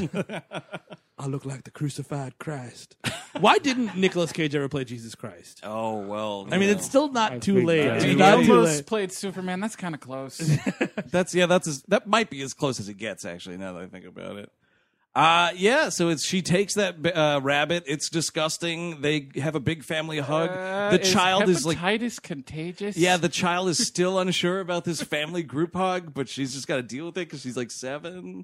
I look like the crucified Christ. Why didn't Nicolas Cage ever play Jesus Christ? Oh well. I you mean, it's know. still not too late. I It's mean, he not too almost late. played Superman. That's kind of close. That's yeah. That's as, that might be as close as it gets. Actually, now that I think about it. Uh yeah. So it's she takes that uh, rabbit. It's disgusting. They have a big family hug. the child is like Uh, hepatitis contagious. yeah. The child is still unsure about this family group hug, but she's just got to deal with it because she's like seven.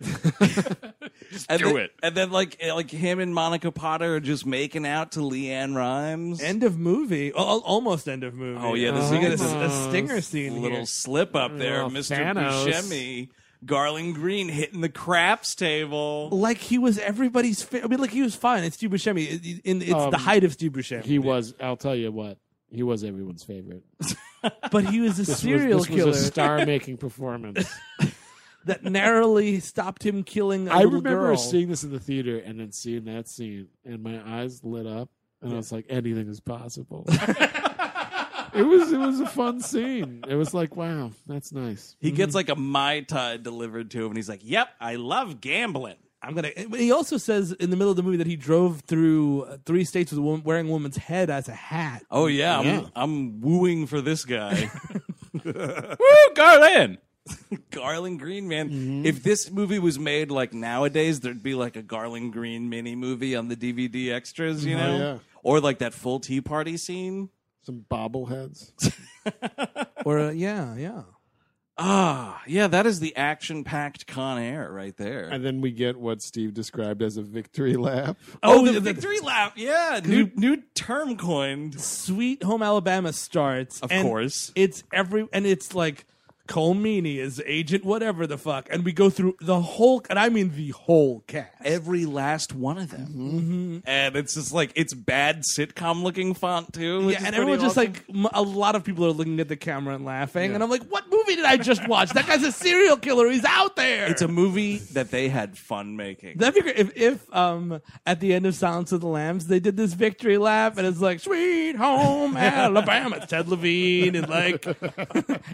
and do then, it. And then like eh, like him and Monica Potter are just making out to Leanne Rhymes. End of movie. Al- al- almost end of movie. Oh yeah, this we got is a, a stinger scene. Little here. slip up there, Oh, Little Mr. Thanos. Buscemi. Garland Green hitting the craps table. Like he was everybody's. Fa- I mean, like he was fine. It's Steve Buscemi. It- it- in- it's Um, the height of Steve Buscemi. He was, I'll tell you what, he was everyone's favorite. but he was a This was- serial this was a killer. star-making performance. that narrowly stopped him killing. a I little remember girl. seeing this in the theater and then seeing that scene, and my eyes lit up, and I was like, anything is possible. it was it was a fun scene. It was like, wow, that's nice. He gets like a Mai Tai delivered to him, and he's like, "Yep, I love gambling." I'm gonna. He also says in the middle of the movie that he drove through uh, three states with a woman, wearing a woman's head as a hat. Oh yeah, I'm, I'm wooing for this guy. Woo, Garland. Garland Green, man. If this movie was made like nowadays, there'd be like a Garland Green mini movie on the DVD extras, you Oh, know, yeah. or like that full tea party scene. Some bobbleheads. Or uh, yeah, yeah. Ah, yeah, that is the action-packed Con Air right there. And then we get what Steve described as a victory lap. Oh, the victory lap. Yeah, new new term coined. Sweet Home Alabama starts. Of and course. It's every and it's like Cole Meany is agent whatever the fuck and we go through the whole and I mean the whole cast. Every last one of them. Mm-hmm. And it's just like it's bad sitcom looking font too. which Yeah, is and pretty everyone's just awesome. like m- a lot of people are looking at the camera and laughing and I'm like what movie did I just watch? That guy's a serial killer. He's out there. it's a movie that they had fun making. That'd be great if, if um, at the end of Silence of the Lambs they did this victory lap and it's like Sweet Home Alabama. It's Ted Levine and like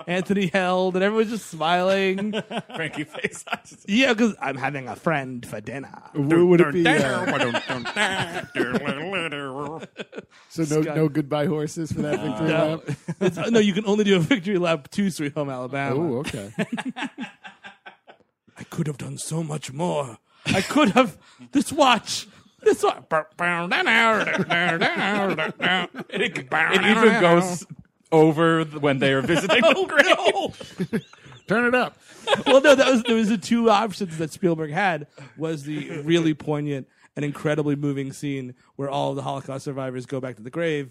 Anthony Held and everyone's just smiling. Frankie face. Yeah, because I'm having a friend for dinner. Who would it be, So no, Scott. no goodbye horses for that victory No. lap. It's- no, you can only do a victory lap to Sweet Home Alabama. Oh, okay. I could have done so much more. I could have this watch. This watch. It even goes over th- when they are visiting the grave. Turn it up. well, no, that was there was the two options that Spielberg had was the really poignant and incredibly moving scene where all the Holocaust survivors go back to the grave,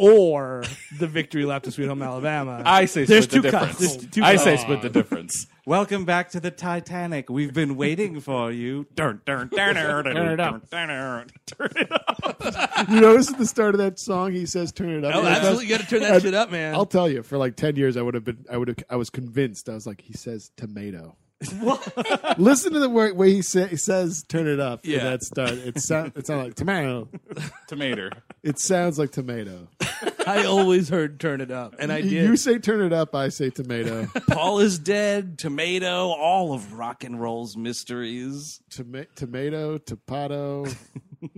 or the victory lap to Sweet Home Alabama. I say there's split the two cuts. difference. There's two I cuts. say split the difference. Welcome back to the Titanic. We've been waiting for you. Turn, turn, turn, turn, turn it up. turn. You notice at the start of that song, he says, "Turn it up." Oh, It was- absolutely, you gotta turn that I- shit up, man. I'll tell you. For like ten years, I would have been. I would. have I was convinced. I was like, he says tomato. Listen to the way, way he, say, he says, "Turn it up." Yeah, that start. It sounds. It sounds like tomato. Tomato. It sounds like tomato. I always heard "Turn It Up," and I You- did. You say "Turn it up," I say tomato. Paul is dead. Tomato. All of rock and roll's mysteries. Toma- tomato, topato.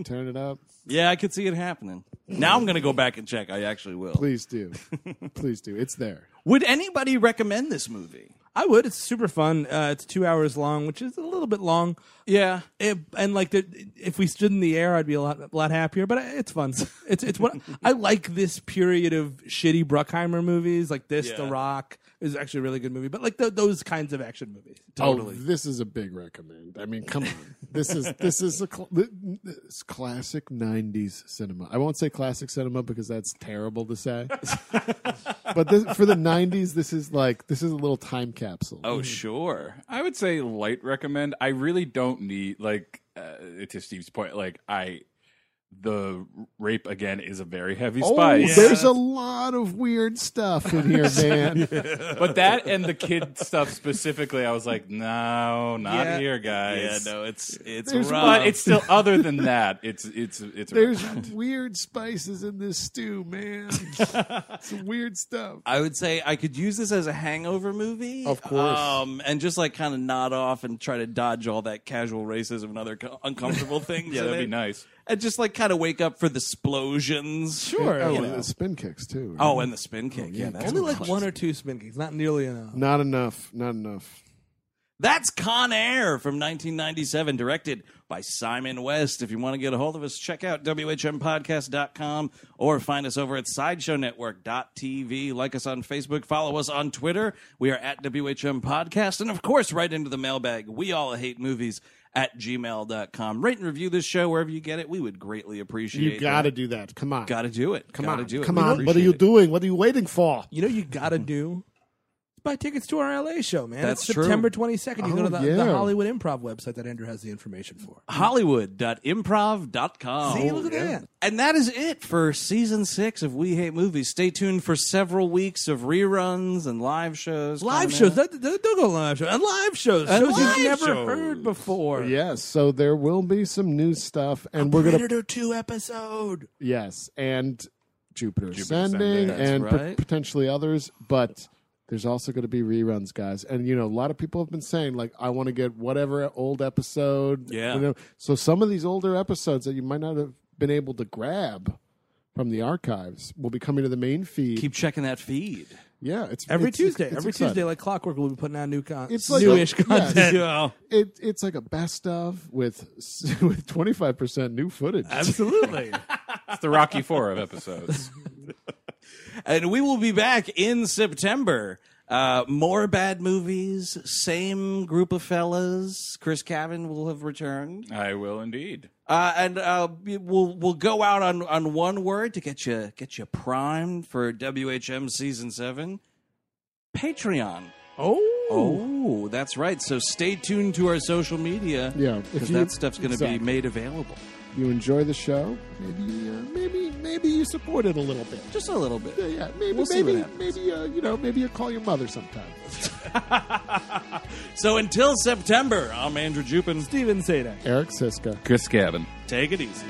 Turn it up. Yeah, I could see it happening. Now I'm gonna go back and check. I actually will. Please do. Please do. It's there. Would anybody recommend this movie? I would. It's super fun. Uh, it's two hours long, which is a little bit long. Yeah. It, and like, the, if we stood in the air, I'd be a lot, a lot happier. But it's fun. It's it's what I like. This period of shitty Bruckheimer movies, like this, The Yeah. Rock is actually a really good movie. But like th those kinds of action movies. Oh, this is a big recommend. I mean, come on. This is this is a cl- it's classic '90s cinema. I won't say classic cinema because that's terrible to say. but this, for the '90s, this is like this is a little time capsule. Oh, sure. I would say light recommend. I really don't need like uh, to Steve's point. Like I, the rape again is a very heavy Oh, spice. there's a lot of weird stuff in here, man. But that and the kid stuff specifically, I was like, no, not Yeah. here, guys. Yeah, no, it's it's There's rough. But it's still other than that. It's it's it's. a There's weird spices in this stew, man. it's weird stuff. I would say I could use this as a hangover movie, Of course. um, and just like kind of nod off and try to dodge all that casual racism and other co- uncomfortable things. yeah, in that'd it. be nice. And just like kind of wake up for the explosions. Sure. Oh, you and know. the spin kicks too. Oh, and the spin kick. yeah, that's Only like classic. one or two spin kicks, not nearly enough. not enough. Not enough. That's Con Air from 1997, directed by Simon West. If you want to get a hold of us, check out WHMPodcast.com or find us over at SideshowNetwork.tv. Like us on Facebook, follow us on Twitter. We are at WHM Podcast. And of course, right into the mailbag, we all hate movies at gmail.com. Rate and review this show wherever you get it. We would greatly appreciate it. You got to do that. Come on. Gotta do it. Come gotta on. do it. Come We on. What are appreciate you it. doing? What are you waiting for? You know, you gotta do. Buy tickets to our LA show, man. That's it's true. September 22nd. You go Oh, to the, yeah. the Hollywood Improv website that Andrew has the information for. Hollywood.improv.com. See, look at that. And that is it for season six of We Hate Movies. Stay tuned for several weeks of reruns and live shows. Live coming shows. out. Don't, don't go live shows. And live shows. Shows live you've never shows. heard before. Yes, so there will be some new stuff, and we're gonna Predator 2 episode. Yes, and Jupiter, Ascending. Ascending, That's and pot- right. potentially others. But there's also going to be reruns, guys. And you know, a lot of people have been saying like, I want to get whatever old episode. Yeah. You know, so some of these older episodes that you might not have been able to grab from the archives will be coming to the main feed. Keep checking that feed. yeah, it's Every it's- Tuesday. it's every exciting. Tuesday, like clockwork, we'll be putting out new con- It's like newish a- yeah. content. It, it's like a best of with s- with twenty five percent new footage. Absolutely. It's the Rocky Four of episodes. And we will be back in September. Uh, more bad movies, same group of fellas. Chris Cavan will have returned. I will indeed. Uh, and uh, we'll we'll go out on, on one word to get you get you primed for WHM season seven, Patreon. Oh, oh, that's right. So stay tuned to our social media. Yeah, if because you- that stuff's going to be exactly. made available. You enjoy the show? Maybe, uh, maybe, maybe you support it a little bit. Just a little bit. Yeah, yeah. Maybe, We'll see what maybe, happens. maybe, uh, you know, maybe you call your mother sometime. So until September, I'm Andrew Jupin. Steven Sadak. Eric Siska. Chris Gavin. Take it easy.